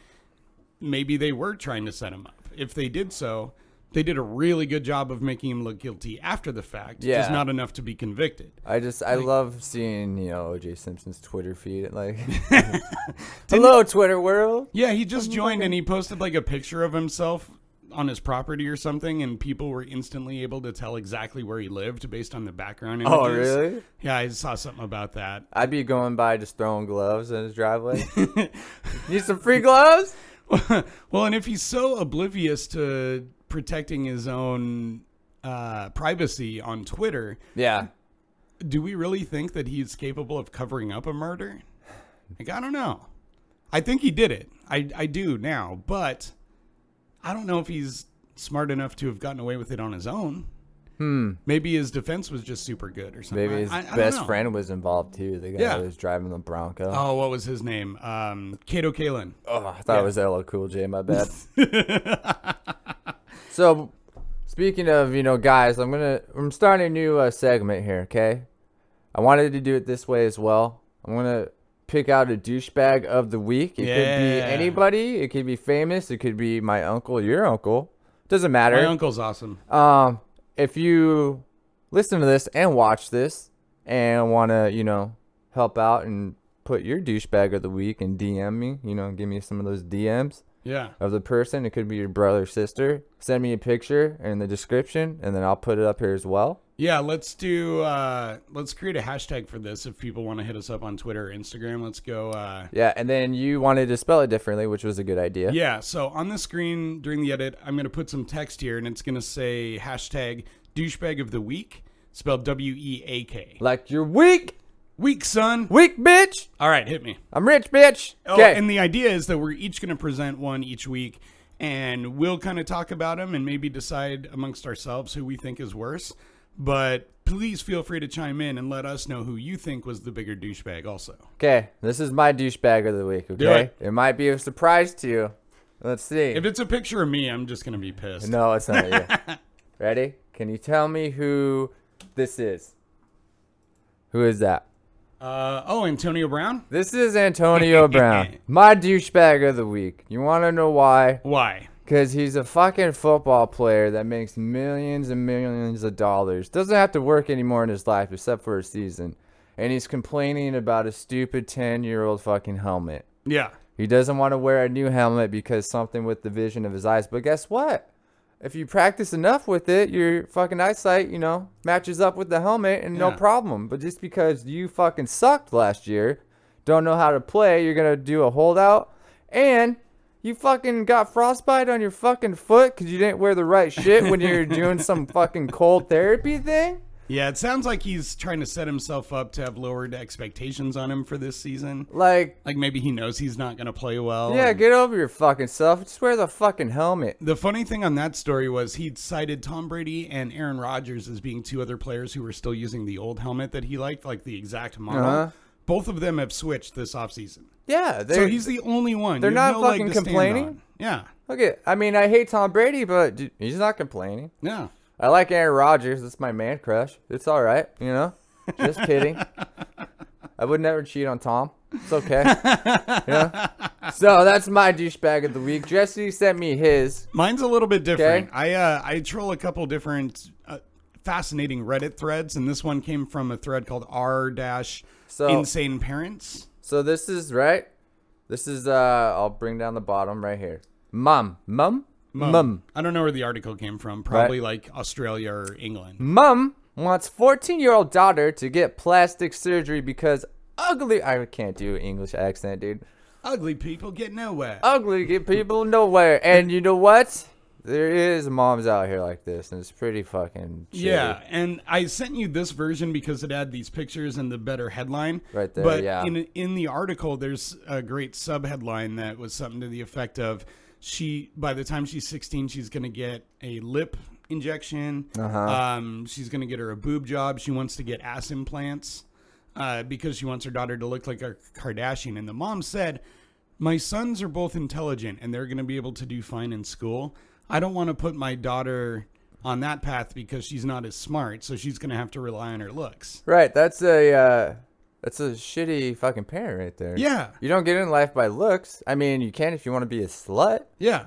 maybe they were trying to set him up. If they did so, they did a really good job of making him look guilty after the fact, Yeah. just not enough to be convicted. I just I love seeing you know OJ Simpson's Twitter feed like, hello Twitter world. Yeah, he just joined and he posted like a picture of himself on his property or something, and people were instantly able to tell exactly where he lived based on the background images. Oh really? Yeah, I saw something about that. I'd be going by just throwing gloves in his driveway. Need some free gloves? well, and if he's so oblivious to protecting his own uh, privacy on Twitter, Yeah. do we really think that he's capable of covering up a murder? Like, I don't know. I think he did it. I, I do now, but I don't know if he's smart enough to have gotten away with it on his own. Hmm. Maybe his defense was just super good or something. Maybe his I- I don't best know. friend was involved too. The guy Yeah. that was driving the Bronco. Oh, what was his name? Um, Kato Kalin. Oh, I thought it was LL Cool J. My bad. so, speaking of you know guys, I'm gonna I'm starting a new uh, segment here. Okay, I wanted to do it this way as well. I'm gonna pick out a douchebag of the week. It could be Yeah. anybody. It could be famous. It could be my uncle, your uncle. Doesn't matter. My uncle's awesome. Um, if you listen to this and watch this and want to, you know, help out and put your douchebag of the week and DM me, you know, give me some of those DMs Yeah. of the person. It could be your brother, or sister. Send me a picture in the description, and then I'll put it up here as well. Yeah, let's do uh let's create a hashtag for this if people want to hit us up on Twitter or Instagram. Let's go uh Yeah, and then you wanted to spell it differently, which was a good idea. Yeah, so on the screen during the edit, I'm going to put some text here and it's going to say hashtag douchebag of the week, spelled W E A K. Like you're weak, Week, son. weak bitch. All right, hit me. I'm rich, bitch. Oh, Okay. and the idea is that we're each going to present one each week and we'll kind of talk about them and maybe decide amongst ourselves who we think is worse. But please feel free to chime in and let us know who you think was the bigger douchebag also. okay, this is my douchebag of the week. Okay, it might be a surprise to you. Let's see. If it's a picture of me, I'm just going to be pissed. No, it's not you. Ready? Can you tell me who this is? Who is that? Uh, oh, Antonio Brown? This is Antonio Brown, my douchebag of the week. You want to know why? Why? Because he's a fucking football player that makes millions and millions of dollars. Doesn't have to work anymore in his life except for a season. And he's complaining about a stupid 10 year old fucking helmet. Yeah. He doesn't want to wear a new helmet because something with the vision of his eyes. But guess what? If you practice enough with it, your fucking eyesight, you know, matches up with the helmet and no Yeah. problem. But just because you fucking sucked last year, don't know how to play, you're going to do a holdout and you fucking got frostbite on your fucking foot because you didn't wear the right shit when you were doing some fucking cold therapy thing. Yeah, it sounds like he's trying to set himself up to have lowered expectations on him for this season. Like, Like maybe he knows he's not going to play well. yeah, and- get over your fucking self. Just wear the fucking helmet. The funny thing on that story was he cited Tom Brady and Aaron Rodgers as being two other players who were still using the old helmet that he liked, like the exact model. Uh-huh. Both of them have switched this offseason. Yeah. So they're- he's the only one. they're You have not no leg fucking to stand complaining? on. Yeah. Okay, I mean, I hate Tom Brady, but d- he's not complaining. Yeah. I like Aaron Rodgers. That's my man crush. It's all right, you know. Just kidding. I would never cheat on Tom. It's okay. yeah. So that's my douchebag of the week. Jesse sent me his. Mine's a little bit different. Okay. I uh, I troll a couple different uh, fascinating Reddit threads, and this one came from a thread called r dash So- insane parents. So this is right. This is uh. I'll bring down the bottom right here. Mom, mom, mom, I don't know where the article came from. Probably like Australia or England. mom wants 14 year old daughter to get plastic surgery because Ugly. I can't do English accent, dude. Ugly people get nowhere. Ugly get people nowhere. And you know what? There is moms out here like this, and it's pretty fucking. Shitty. Yeah, and I sent you this version because it had these pictures and the better headline. Right there, But yeah. in in the article, there's a great sub headline that was something to the effect of, "She by the time she's 16, she's gonna get a lip injection. Uh-huh. Um, she's gonna get her a boob job. She wants to get ass implants, uh, because she wants her daughter to look like a Kardashian." And the mom said, my sons are both intelligent and they're going to be able to do fine in school. I don't want to put my daughter on that path because she's not as smart, so she's going to have to rely on her looks. Right. That's a. Uh, that's a shitty fucking parent right there. Yeah. You don't get in life by looks. I mean, you can if you want to be a slut. Yeah.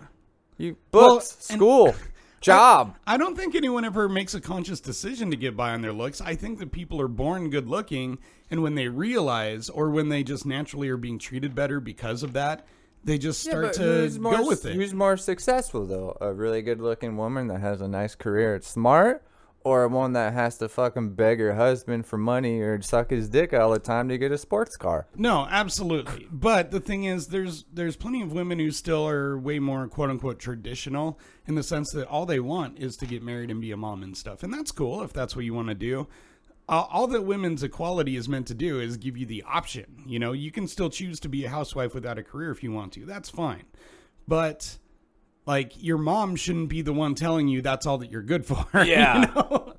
You Well, books, and- school, job. I don't think anyone ever makes a conscious decision to get by on their looks. I think that people are born good looking, and when they realize or when they just naturally are being treated better because of that, they just start but to more, go with it. Who's more successful though? A really good-looking woman that has a nice career, it's smart, or one that has to fucking beg her husband for money or suck his dick all the time to get a sports car? No, absolutely. But the thing is, there's there's plenty of women who still are way more quote unquote traditional in the sense that all they want is to get married and be a mom and stuff, and that's cool if that's what you want to do. Uh, all that women's equality is meant to do is give you the option. You know, you can still choose to be a housewife without a career if you want to. That's fine. But like your mom shouldn't be the one telling you that's all that you're good for. Yeah.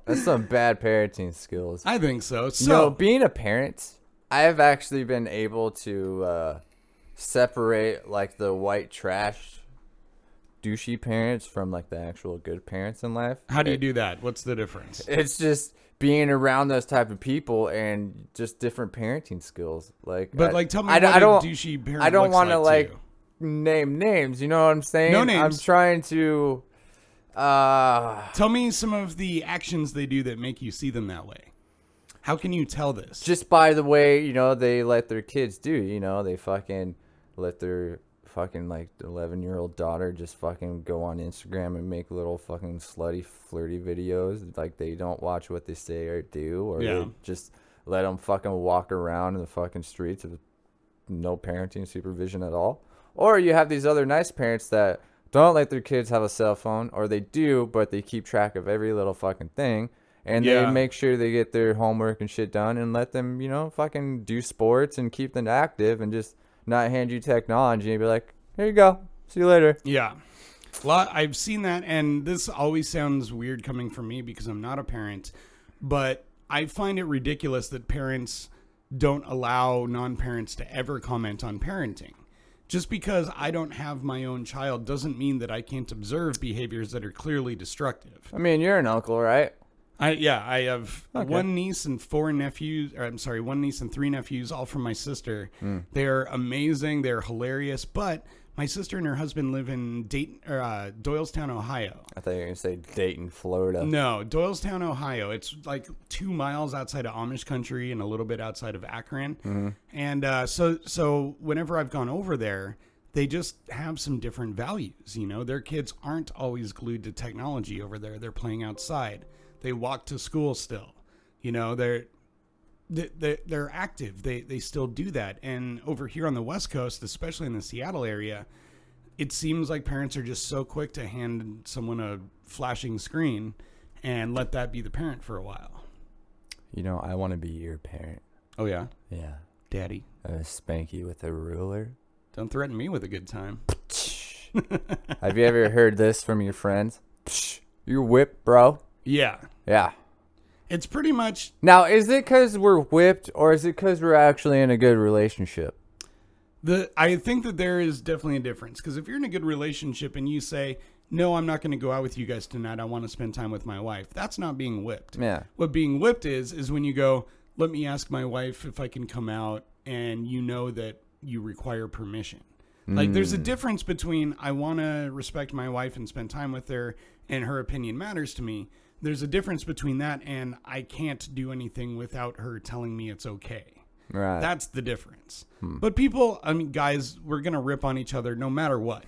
That's some bad parenting skills. I think so. So no, being a parent, I have actually been able to uh, separate like the white trash, douchey parents from like the actual good parents in life. how do you do that? What's the difference? it's just being around those type of people and just different parenting skills. Like, But, like, tell me I, what I a don't, douchey parent I don't looks want to like like to name names. You know what I'm saying? I'm names. trying to. Uh, Tell me some of the actions they do that make you see them that way. How can you tell this? just by the way, you know, they let their kids do, you know, they fucking let their fucking like 11 year old daughter just fucking go on Instagram and make little fucking slutty flirty videos. Like they don't watch what they say or do, or Yeah. they just let them fucking walk around in the fucking streets with no parenting supervision at all. Or you have these other nice parents that don't let their kids have a cell phone, or they do, but they keep track of every little fucking thing. And Yeah. they make sure they get their homework and shit done and let them, you know, fucking do sports and keep them active and just not hand you technology and be like, here you go. See you later. yeah. Lot, I've seen that, and this always sounds weird coming from me because I'm not a parent, but I find it ridiculous that parents don't allow non parents to ever comment on parenting. Just because I don't have my own child doesn't mean that I can't observe behaviors that are clearly destructive. I mean, you're an uncle, right? I yeah, I have one niece and four nephews. Or I'm sorry, one niece and three nephews, all from my sister. They're amazing. They're hilarious. But my sister and her husband live in Dayton, or, uh, Doylestown, Ohio. I thought you were going to say Dayton, Florida. No, Doylestown, Ohio. It's like two miles outside of Amish country and a little bit outside of Akron. And uh, so, so whenever I've gone over there, they just have some different values. You know, their kids aren't always glued to technology over there. They're playing outside. They walk to school still. You know, they're th- they're, they're active. They they still do that. And over here on the West Coast, especially in the Seattle area, it seems like parents are just so quick to hand someone a flashing screen and let that be the parent for a while. You know, I want to be your parent. Oh yeah, Yeah. daddy, I'm going to spank you with a ruler. don't threaten me with a good time. Have you ever heard this from your friends? Psh, you whip, bro. Yeah, Yeah. it's pretty much Now, is it because we're whipped or is it because we're actually in a good relationship? the. I think that there is definitely a difference because if you're in a good relationship and you say. No, I'm not going to go out with you guys tonight. I want to spend time with my wife. That's not being whipped. Yeah. What being whipped is is when you go, let me ask my wife if I can come out, and you know that you require permission. Like there's a Mm. difference between I want to respect my wife and spend time with her, and her opinion matters to me. There's a difference between that and I can't do anything without her telling me it's okay. Right. Hmm. That's the difference. But people, I mean, guys, we're gonna rip on each other no matter what.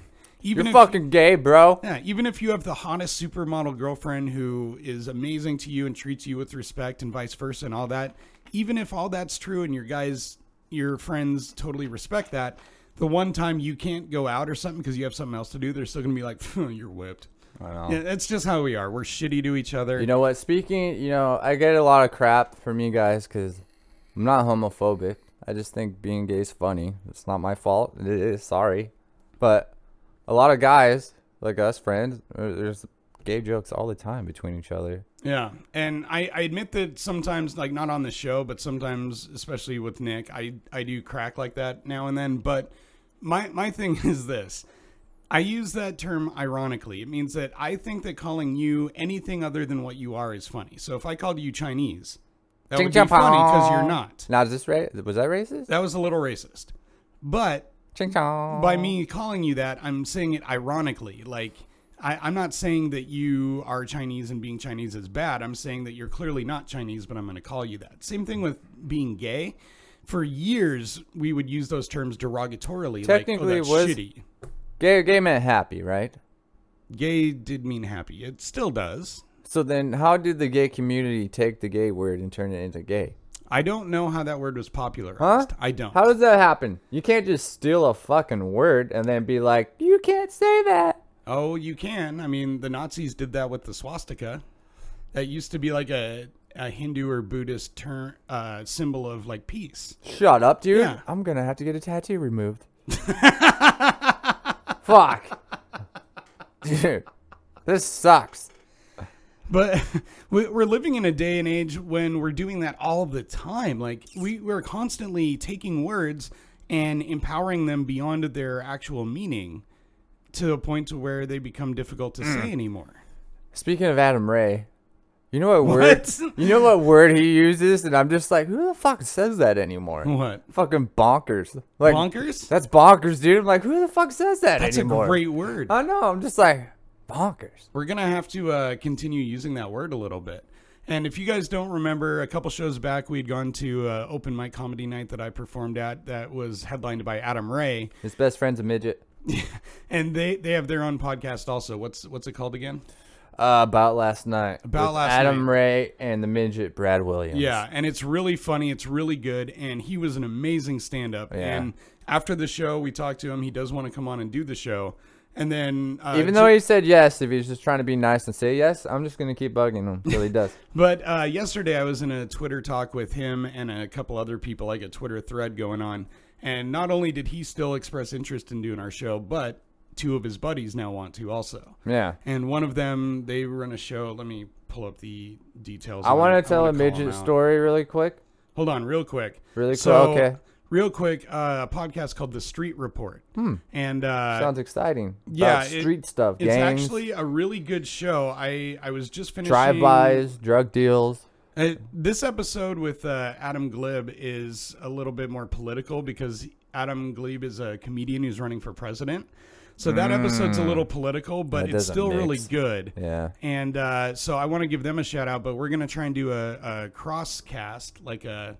Even You're if, fucking gay, bro. yeah, even if you have the hottest supermodel girlfriend who is amazing to you and treats you with respect and vice versa and all that, even if all that's true and your guys your friends totally respect that. The one time you can't go out or something because you have something else to do, they're still gonna be like, "Phew, "You're whipped." I know. Yeah, that's just how we are. We're shitty to each other. You know what? Speaking, you know, I get a lot of crap from you guys because I'm not homophobic. I just think being gay is funny. It's not my fault. It is. Sorry. But a lot of guys, like us friends, uh, there's gay jokes all the time between each other. Yeah, and I, I admit that sometimes, like not on the show, but sometimes, especially with Nick, I I do crack like that now and then. But my my thing is this: I use that term ironically. It means that I think that calling you anything other than what you are is funny. So if I called you Chinese, that would be funny because you're not. Now, is this ra- was that racist? That was a little racist, but Ching chong. by me calling you that, I'm saying it ironically. Like, I, I'm not saying that you are Chinese and being Chinese is bad. I'm saying that you're clearly not Chinese, but I'm going to call you that. Same thing with being gay. For years, we would use those terms derogatorily. Technically, like, oh, it that's was- shitty. Gay, gay meant happy, right? Gay did mean happy. It still does. So then, how did the gay community take the gay word and turn it into gay? I don't know how that word was popularized. Huh? I don't. How does that happen? You can't just steal a fucking word and then be like, you can't say that. Oh, you can. I mean, the Nazis did that with the swastika. That used to be like a, a Hindu or Buddhist ter- uh, symbol of like peace. Shut up, dude. Yeah. I'm gonna have to get a tattoo removed. Fuck. Dude, this sucks. But we- we're living in a day and age when we're doing that all the time. Like we, we're constantly taking words and empowering them beyond their actual meaning to a point to where they become difficult Mm. to say anymore. Speaking of Adam Ray, you know what, What? word you know what word he uses? And I'm just like, who the fuck says that anymore? What? Fucking bonkers. Like Hmm. Bonkers? That's bonkers, dude. I'm like, who the fuck says that That's anymore? a great word. I know, I'm just like, bonkers. we're gonna have to uh, continue using that word a little bit. And if you guys don't remember, a couple shows back we'd gone to uh, open mic comedy night that I performed at that was headlined by Adam Ray, His best friend's a midget. and they they have their own podcast also. What's what's it called again? Uh, about last night. About with Last Adam Night. Ray and the midget Brad Williams. Yeah, and it's really funny. It's really good, and he was an amazing stand-up. Yeah. And after the show, we talked to him. He does want to come on and do the show, and then uh, Even Ju- though he said yes, if he's just trying to be nice and say yes, I'm just gonna keep bugging him until he does. But uh, yesterday I was in a Twitter talk with him and a couple other people, like a Twitter thread going on. And not only did he still express interest in doing our show, but two of his buddies now want to also. Yeah. And one of them, they run a show. Let me pull up the details. I on want it. to tell a wanna call him midget out. story really quick. Hold on, real quick. Really quick, So, okay. Real quick, uh, a podcast called The Street Report. And uh, Hmm. Sounds exciting. About yeah, it- street stuff, it's gangs, actually a really good show. I I was just finishing drive-bys, drug deals. Uh, this episode with uh, Adam Glib is a little bit more political because Adam Glib is a comedian who's running for president. So that episode's a little political, but Mm. That it's doesn't still really mix. good. Yeah. And uh, so I want to give them a shout out, but we're going to try and do a, a cross cast, like a,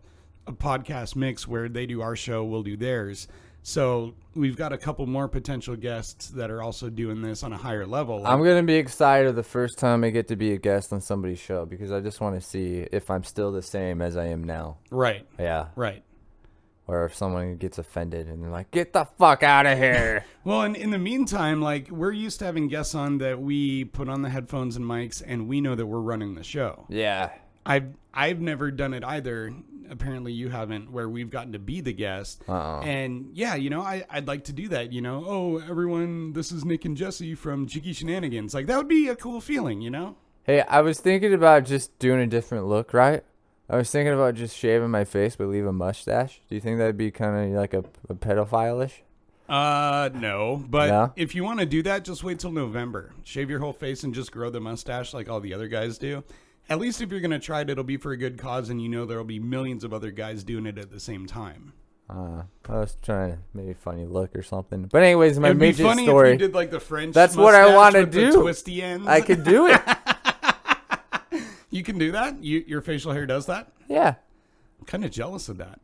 a podcast mix where they do our show, we'll do theirs. So we've got a couple more potential guests that are also doing this on a higher level. Like- I'm gonna be excited the first time I get to be a guest on somebody's show because I just want to see if I'm still the same as I am now. right, Yeah. right. Or if someone gets offended and they're like, "Get the fuck out of here." Well, and in the meantime, like we're used to having guests on that we put on the headphones and mics, and we know that we're running the show. yeah. I've I've never done it either. Apparently, you haven't, where we've gotten to be the guest. Uh-uh. And yeah, you know, I I'd like to do that. You know, oh everyone, this is Nick and Jesse from Jiggy Shenanigans. Like that would be a cool feeling, you know. Hey, I was thinking about just doing a different look, right? I was thinking about just shaving my face but leave a mustache. Do you think that'd be kind of like a, a pedophile-ish? Uh, no. But Yeah? if you want to do that, just wait till November. Shave your whole face and just grow the mustache like all the other guys do. At least if you're going to try it, it'll be for a good cause, and you know there'll be millions of other guys doing it at the same time. Uh, I was trying to maybe funny look or something. But anyways, my It'd be midget funny story. if you did like the French. That's what I mustache wanna with the do. twisty ends. I could do it. You can do that. You, your facial hair does that. yeah. I'm kind of jealous of that.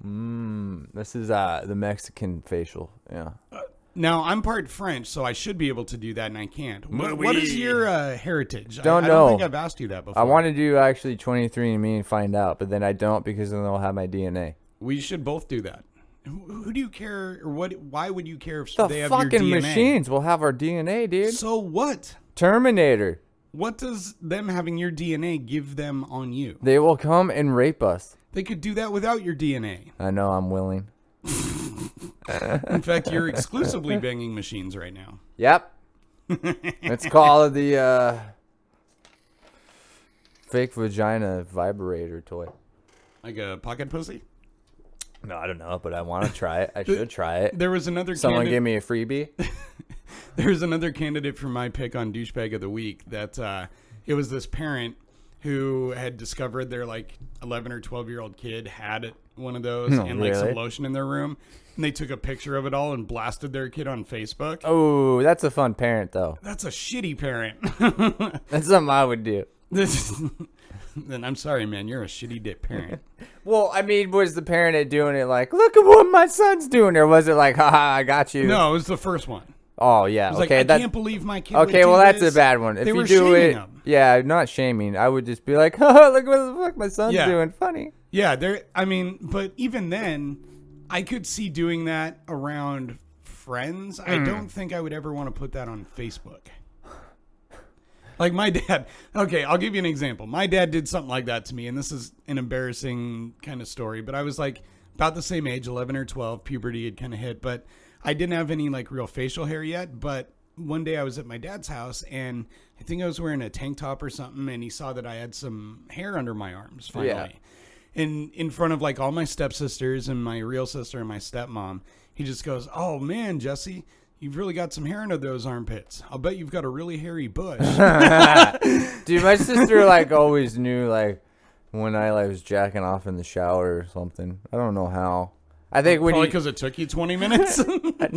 This is uh the Mexican facial. Yeah. Now I'm part French, so I should be able to do that, and I can't. What, what is your uh, heritage? I- Don't I, don't know. think I've asked you that before. I want to do actually 23andMe and find out, but then I don't because then they'll have my DNA. We should both do that. Who, who do you care? Or what? Why would you care if The they have your fucking DNA? machines will have our DNA, dude. So what? Terminator. What does them having your DNA give them on you? They will come and rape us. They could do that without your DNA. I know I'm willing. In fact, you're exclusively banging machines right now. Yep. Let's call it the uh, fake vagina vibrator toy. Like a pocket pussy? No, I don't know, but I want to try it. I should try it. There was another Someone candidate. give me a freebie. There's another candidate for my pick on douchebag of the week that uh, it was this parent who had discovered their like 11 or 12 year old kid had one of those and like some Oh, really? lotion in their room and they took a picture of it all and blasted their kid on Facebook. Oh, that's a fun parent though. That's a shitty parent. That's something I would do. this then I'm sorry man, you're a shitty dick parent. Well, I mean, was the parent doing it like, look at what my son's doing, or was it like, haha, I got you? No, it was the first one. Oh yeah. I Okay. was like I that- can't believe my kid would okay. do Well, that's this." a bad one. If they you were do shaming it, him. yeah, not shaming. I would just be like, haha, look what the fuck my son's Yeah. doing. Funny. Yeah, there. I mean, but even then, I could see doing that around friends. I don't think I would ever want to put that on Facebook. Like my dad. Okay, I'll give you an example. My dad did something like that to me, and this is an embarrassing kind of story. But I was like about the same age, eleven or twelve. Puberty had kind of hit, but I didn't have any like real facial hair yet. But one day I was at my dad's house, and I think I was wearing a tank top or something, and he saw that I had some hair under my arms finally Yeah. in in front of like all my stepsisters and my real sister and my stepmom he just goes oh man jesse you've really got some hair under those armpits i'll bet you've got a really hairy bush Dude, my sister like always knew like when I like was jacking off in the shower or something. I don't know how. I think when probably you, because it took you 20 minutes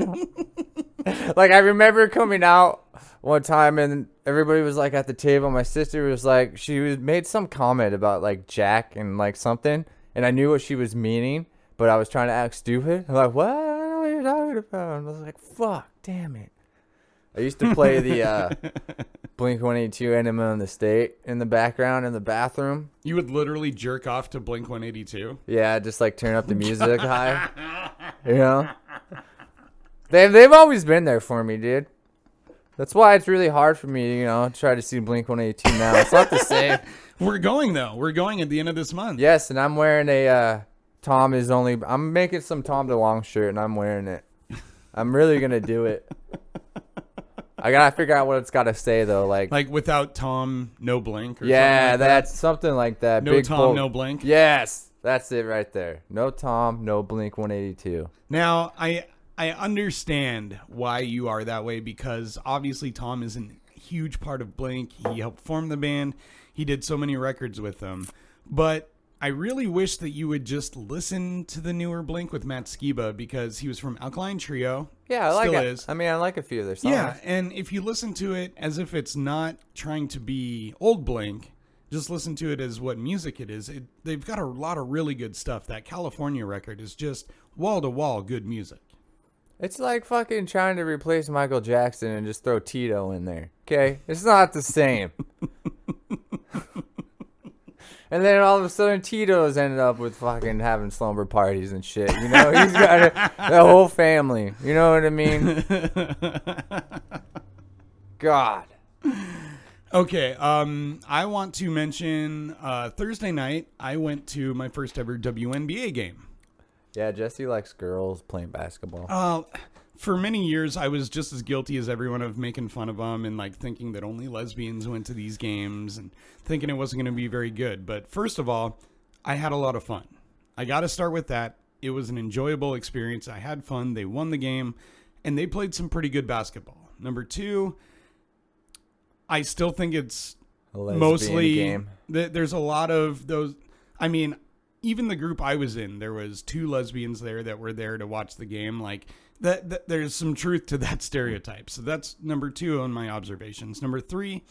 like I remember coming out one time and everybody was like at the table. My sister was like she was made some comment about like Jack and like something, and I knew what she was meaning, but I was trying to act stupid. I'm like, what? I don't know what you're talking about. And I was like, fuck, damn it. I used to play the uh, Blink 182 Enema in the State in the background in the bathroom. you would literally jerk off to blink 182 Yeah, just like turn up the music high. You know? They they've always been there for me, dude. That's why it's really hard for me, you know, to try to see Blink 182 now. It's not the same. we're going though we're going at the end of this month Yes, and I'm wearing a uh, Tom is only. I'm making some Tom DeLong shirt, and I'm wearing it. I'm really gonna do it. I gotta figure out what it's gotta say though. Like, like without tom no blink or yeah, something like that's something like that. No Big Tom, bold- no Blink. Yes, that's it right there. No Tom, no Blink 182. Now, I I understand why you are that way because obviously Tom is a huge part of Blink. He helped form the band. He did so many records with them. But I really wish that you would just listen to the newer Blink with Matt Skiba because he was from Alkaline Trio. Yeah, I like Still it. is. I mean, I like a few of their songs. Yeah, and if you listen to it as if it's not trying to be old Blink, just listen to it as what music it is. It, they've got a lot of really good stuff. That California record is just wall to wall good music. It's like fucking trying to replace Michael Jackson and just throw Tito in there. Okay? It's not the same. and then all of a sudden Tito's ended up with fucking having slumber parties and shit. You know, he's got a, the whole family. You know what I mean? God. Okay, um, I want to mention uh, Thursday night. I went to my first ever WNBA game. Yeah, Jesse likes girls playing basketball. Uh, for many years, I was just as guilty as everyone of making fun of them and like thinking that only lesbians went to these games and thinking it wasn't going to be very good. But first of all, I had a lot of fun. I got to start with that. It was an enjoyable experience. I had fun. They won the game and they played some pretty good basketball. Number two, I still think it's A lesbian Uh, mostly game. th- there's a lot of those i mean even the group i was in there was two lesbians there that were there to watch the game like that, that there's some truth to that stereotype so that's number two on my observations number three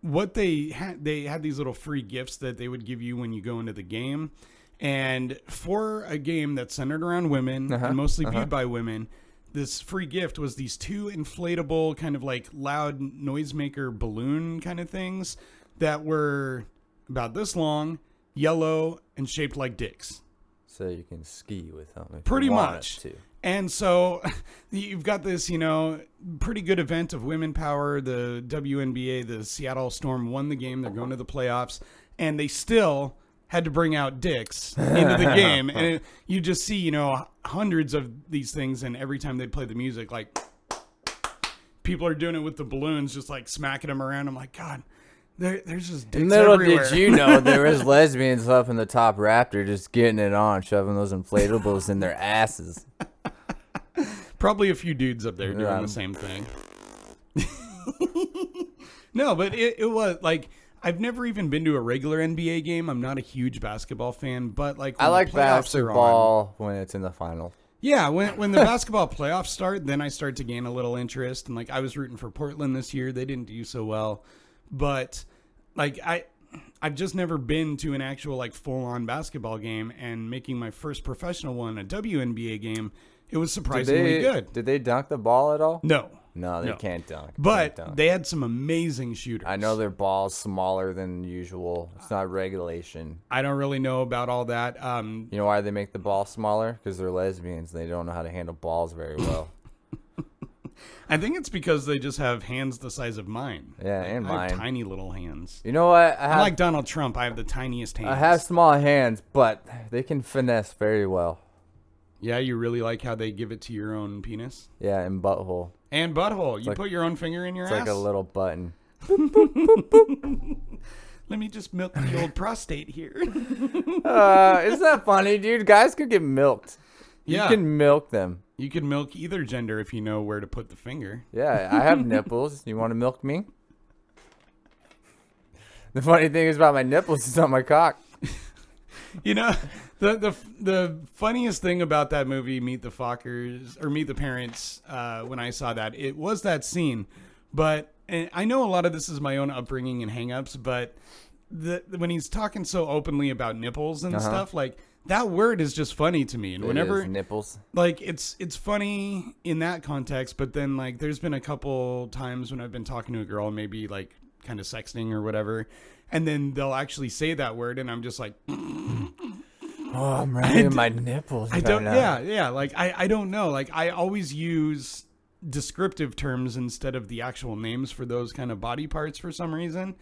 what they had they had these little free gifts that they would give you when you go into the game and for a game that's centered around women and mostly viewed by women this free gift was these two inflatable kind of like loud noisemaker balloon kind of things that were about this long yellow and shaped like dicks so you can ski with them. if you pretty want much us To. and so you've got this you know pretty good event of women power the WNBA the Seattle Storm won the game they're going to the playoffs and they still had to bring out dicks into the game and it, you just see you know hundreds of these things and every time they play the music like people are doing it with the balloons just like smacking them around I'm like god there, there's just dicks Little everywhere. did you know there was lesbians up in the top raptor just getting it on, shoving those inflatables in their asses. Probably a few dudes up there doing Yeah. the same thing. no, but it, it was like I've never even been to a regular NBA game. I'm not a huge basketball fan, but like when I like the playoffs are on- basketball when it's in the final. yeah, when when the basketball playoffs start, then I start to gain a little interest. And like I was rooting for Portland this year, they didn't do so well, but like I. I've just never been to an actual like full on basketball game and making my first professional one a WNBA game, it was Did surprisingly they, good. did they dunk the ball at all? No. No, they can't dunk. Can't But dunk. they had some amazing shooters. I know their ball's smaller than usual. It's not regulation. I don't really know about all that. Um, You know why they make the ball smaller? Because they're lesbians and they don't know how to handle balls very well. I think it's because they just have hands the size of mine. Yeah, and I have mine. tiny little hands. you know what? I have, I'm like Donald Trump. I have the tiniest hands. I have small hands, but they can finesse very well. Yeah, you really like how they give it to your own penis Yeah, and butthole. and butthole. You like- put your own finger in your It's ass. like a little button. Let me just milk the old prostate here. Uh, isn't that funny, dude? Guys could get milked. yeah, You can milk them. you can milk either gender if you know where to put the finger. Yeah, I have nipples. You want to milk me? The funny thing is about my nipples is on my cock. You know, the the the funniest thing about that movie, Meet the Fockers or Meet the Parents, uh, when I saw that, it was that scene. But and I know a lot of this is my own upbringing and hangups, but the when he's talking so openly about nipples and stuff, like that word is just funny to me. And Whenever whenever, nipples. like, it's it's funny in that context. But then, like, there's been a couple times when I've been talking to a girl, maybe like kind of sexting or whatever, and then they'll actually say that word, and I'm just like. Oh, I'm right in my nipples. I don't. Yeah, yeah. Like I, I don't know. Like I always use descriptive terms instead of the actual names for those kind of body parts for some reason.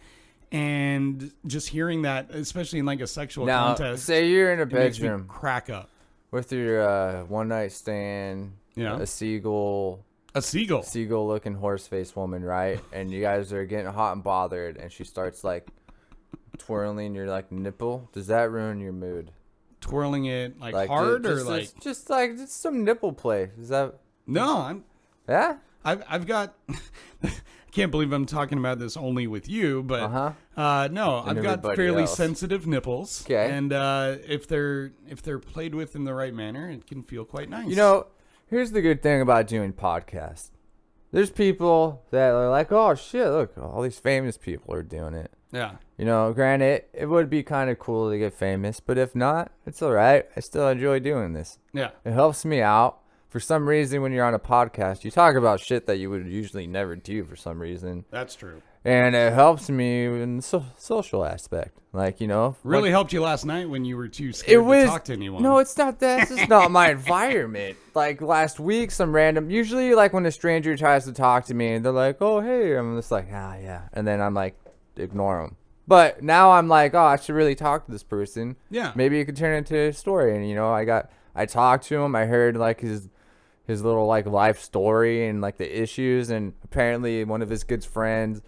And just hearing that, especially in like a sexual Now, contest, say you're in a it makes me bedroom crack up. with your uh, one night stand, Yeah. a seagull, A seagull. seagull looking horse face woman, right? And you guys are getting hot and bothered, and she starts like twirling your like nipple. Does that ruin your mood? twirling it like, Like ju- hard or just, like just, just like just some nipple play. Is that no. I'm yeah? I've I've got. Can't believe I'm talking about this only with you, but Uh-huh. uh, no, I've got everybody fairly else. sensitive nipples, 'Kay. and uh, if they're if they're played with in the right manner, it can feel quite nice. You know, here's the good thing about doing podcasts. There's people that are like, oh shit, look, all these famous people are doing it. yeah, You know, granted, it would be kind of cool to get famous, but if not, it's all right. I still enjoy doing this. yeah, It helps me out. For some reason, when you're on a podcast, you talk about shit that you would usually never do for some reason. that's true. And it helps me in the so- social aspect. Like, you know, Really like- helped you last night when you were too scared it was to talk to anyone. no it's not that it's just not my environment like last week some random usually like when a stranger tries to talk to me and they're like oh hey i'm just like ah yeah and then i'm like ignore them but now i'm like oh i should really talk to this person Yeah. maybe it could turn into a story and you know i got i talked to him i heard like his his little like life story and like the issues and apparently one of his good friends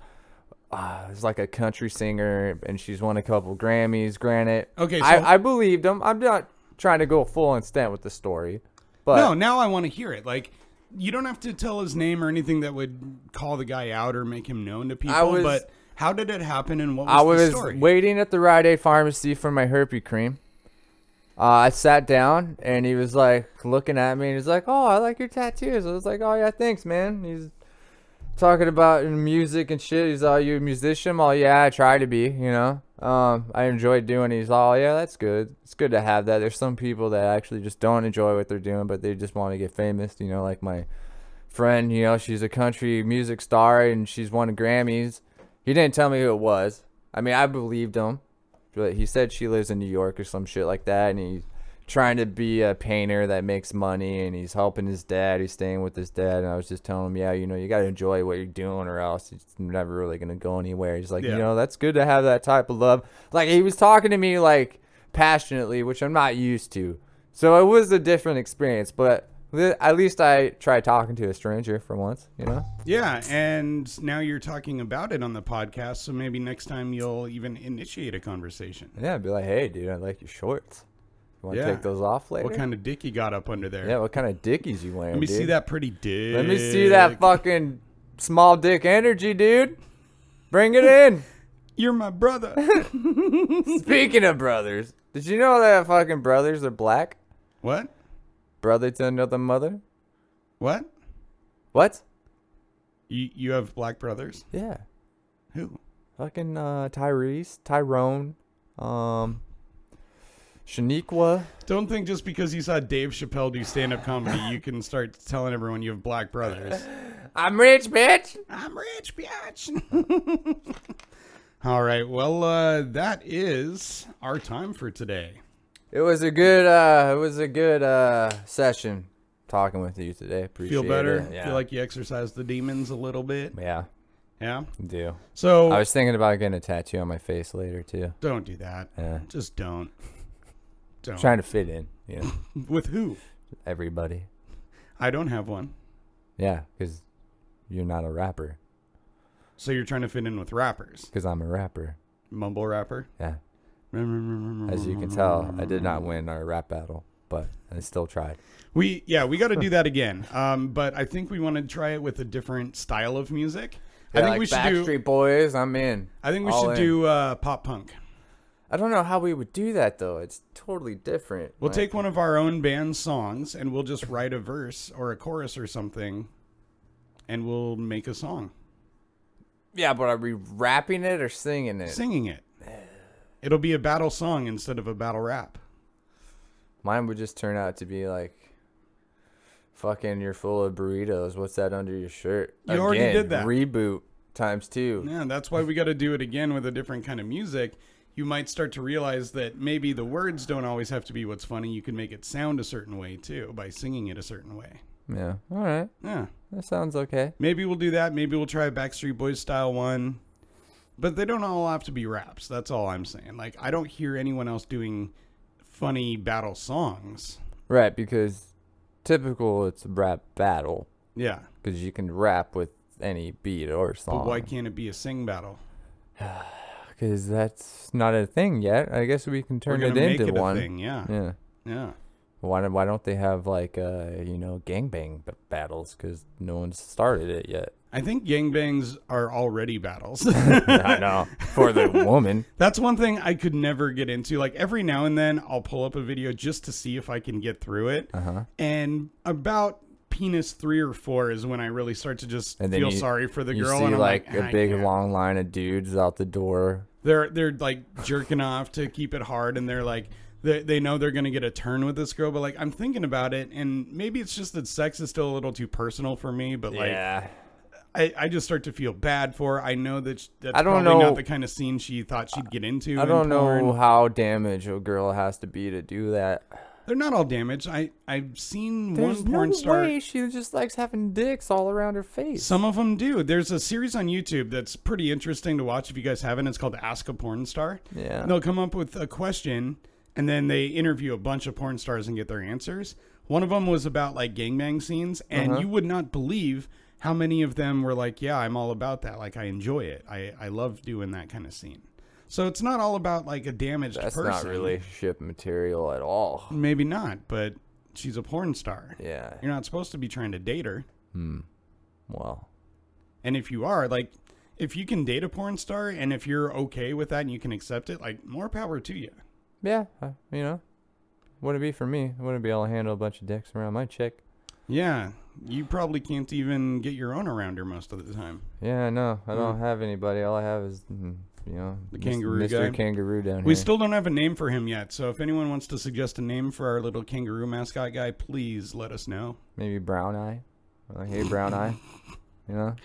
uh, is like a country singer and she's won a couple grammys granted Okay, so- I, I believed him i'm not trying to go full extent with the story but no. Now I want to hear it. Like you don't have to tell his name or anything that would call the guy out or make him known to people. was- but how did it happen and what was, i was the story? waiting at the Rite Aid pharmacy for my herpes cream uh, I sat down and he was like looking at me and he's like, "Oh, I like your tattoos." I was like, "Oh yeah, thanks, man." He's talking about music and shit. He's all, "You a musician?" Oh yeah, I try to be. You know, um, I enjoy doing. it." He's all, "Yeah, that's good. It's good to have that." There's some people that actually just don't enjoy what they're doing, but they just want to get famous. You know, like my friend. You know, she's a country music star and she's won Grammys. He didn't tell me who it was. I mean, I believed him but he said she lives in New York or some shit like that, and he trying to be a painter that makes money and he's helping his dad. He's staying with his dad. And I was just telling him, yeah, you know, you got to enjoy what you're doing or else it's never really going to go anywhere. He's like, Yeah. you know, that's good to have that type of love. Like, he was talking to me, like, passionately, which I'm not used to. So it was a different experience, but th- at least I tried talking to a stranger for once, you know? Yeah, and now you're talking about it on the podcast, so maybe next time you'll even initiate a conversation. Yeah, I'd be like, hey, dude, I like your shorts. You want to Yeah. take those off later? What kind of dick you got up under there? yeah, what kind of dickies you wearing? Let me see dude? that pretty dick. Let me see that fucking small dick energy, dude. Bring it in. You're my brother. Speaking of brothers, did you know that fucking brothers are black? what? Brother to another mother? What? What? You you have black brothers? Yeah. Who? Fucking uh, Tyrese, Tyrone, um, Shaniqua. Don't think just because you saw Dave Chappelle do stand up comedy, you can start telling everyone you have black brothers. I'm rich, bitch. I'm rich, bitch. All right. Well, uh, that is our time for today. It was a good, uh, it was a good uh session talking with you today. Appreciate Feel better? It. Yeah. Feel like you exercised the demons a little bit? yeah, Yeah. I do. So I was thinking about getting a tattoo on my face later too. don't do that. Yeah. Just don't. Don't. Trying to fit in, you know. With who? everybody. I don't have one. Yeah, because you're not a rapper. So you're trying to fit in with rappers. Because I'm a rapper. Mumble rapper. Yeah. As As you can tell, I did not win our rap battle, but I still tried. We yeah, we got to do that again. Um, but I think we want to try it with a different style of music. I think we should Backstreet do. Boys. I'm in. I think we All should in. do uh, pop punk. I don't know how we would do that though. It's totally different. We'll Like, take one of our own band's songs and we'll just write a verse or a chorus or something, and we'll make a song Yeah, but are we rapping it or singing it? singing it. It'll be a battle song instead of a battle rap. Mine would just turn out to be like, "Fucking, you're full of burritos. What's that under your shirt?" You already Again, did that. Reboot times two. Yeah, that's why we got to do it again with a different kind of music. You might start to realize that maybe the words don't always have to be what's funny. You can make it sound a certain way too by singing it a certain way. Yeah. All right. Yeah. That sounds okay. Maybe we'll do that. Maybe we'll try a Backstreet Boys style one. But they don't all have to be raps. That's all I'm saying. Like, I don't hear anyone else doing funny battle songs. Right, because typical it's a rap battle Yeah. because you can rap with any beat or But song. why can't it be a sing battle? Because that's not a thing yet. I guess we can turn We're it gonna make into it a one. thing. Yeah. yeah. Yeah. Why don't Why don't they have like uh you know gangbang b- battles? Because no one's started it yet. I think gangbangs are already battles. I know for the woman. That's one thing I could never get into. Like every now and then, I'll pull up a video just to see if I can get through it. Uh-huh. And about penis three or four is when I really start to just And then feel you- sorry for the you girl. see and I'm like, "Ah, I a big can't." long line of dudes out the door. They're they're like jerking off to keep it hard, and they're like. They, they know they're going to get a turn with this girl, but like I'm thinking about it, and maybe it's just that sex is still a little too personal for me. But like, yeah. I, I just start to feel bad for. her. I know that sh- that's I don't probably know- not the kind of scene she thought she'd get into. I in don't porn. know how damaged a girl has to be to do that. They're not all damaged. I I've seen There's one porn no star. way she just likes having dicks all around her face. Some of them do. There's a series on YouTube that's pretty interesting to watch if you guys haven't. It's called Ask a Porn Star. Yeah. They'll come up with a question and then they interview a bunch of porn stars and get their answers. One of them was about like gangbang scenes, Uh-huh. and you would not believe how many of them were like, "Yeah, I'm all about that. Like, I enjoy it. I I love doing that kind of scene." So it's not all about like a damaged That's person. not relationship material at all. Maybe not, but she's a porn star. Yeah. You're not supposed to be trying to date her. Well, And if you are, like, if you can date a porn star and if you're okay with that and you can accept it, like, more power to you. yeah, uh, you know, wouldn't be for me. Wouldn't be able to handle a bunch of dicks around my chick. Yeah. You probably can't even get your own around her most of the time. Yeah, no, I don't have anybody. All I have is, mm, you know, Mm. The Mis- kangaroo Mr. guy. Kangaroo down We here. still don't have a name for him yet. So if anyone wants to suggest a name for our little kangaroo mascot guy, please let us know. Maybe brown eye. Like, hey, brown eye. You know,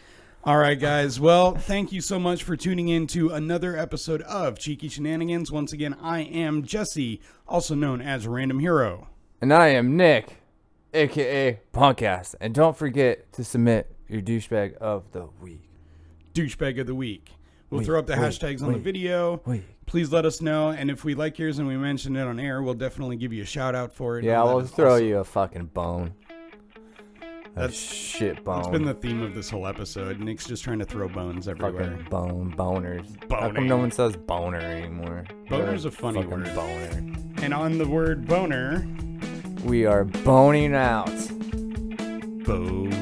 All right, guys. Well, thank you so much for tuning in to another episode of Cheeky Shenanigans. Once again, I am Jesse, also known as Random Hero. And I am Nick, aka Podcast. And don't forget to submit your douchebag of the week. douchebag of the week. We'll throw up the hashtags on the video. Please let us know. And if we like yours and we mention it on air, we'll definitely give you a shout out for it. Yeah, Let we'll us- throw you a fucking bone. That's That's- shit bone. That's been the theme of this whole episode. Nick's just trying to throw bones everywhere. fucking bone boners. How come no Boning. one says boner anymore? Boner's You're a funny fucking word. Boner. And on the word boner, We are boning out. boner.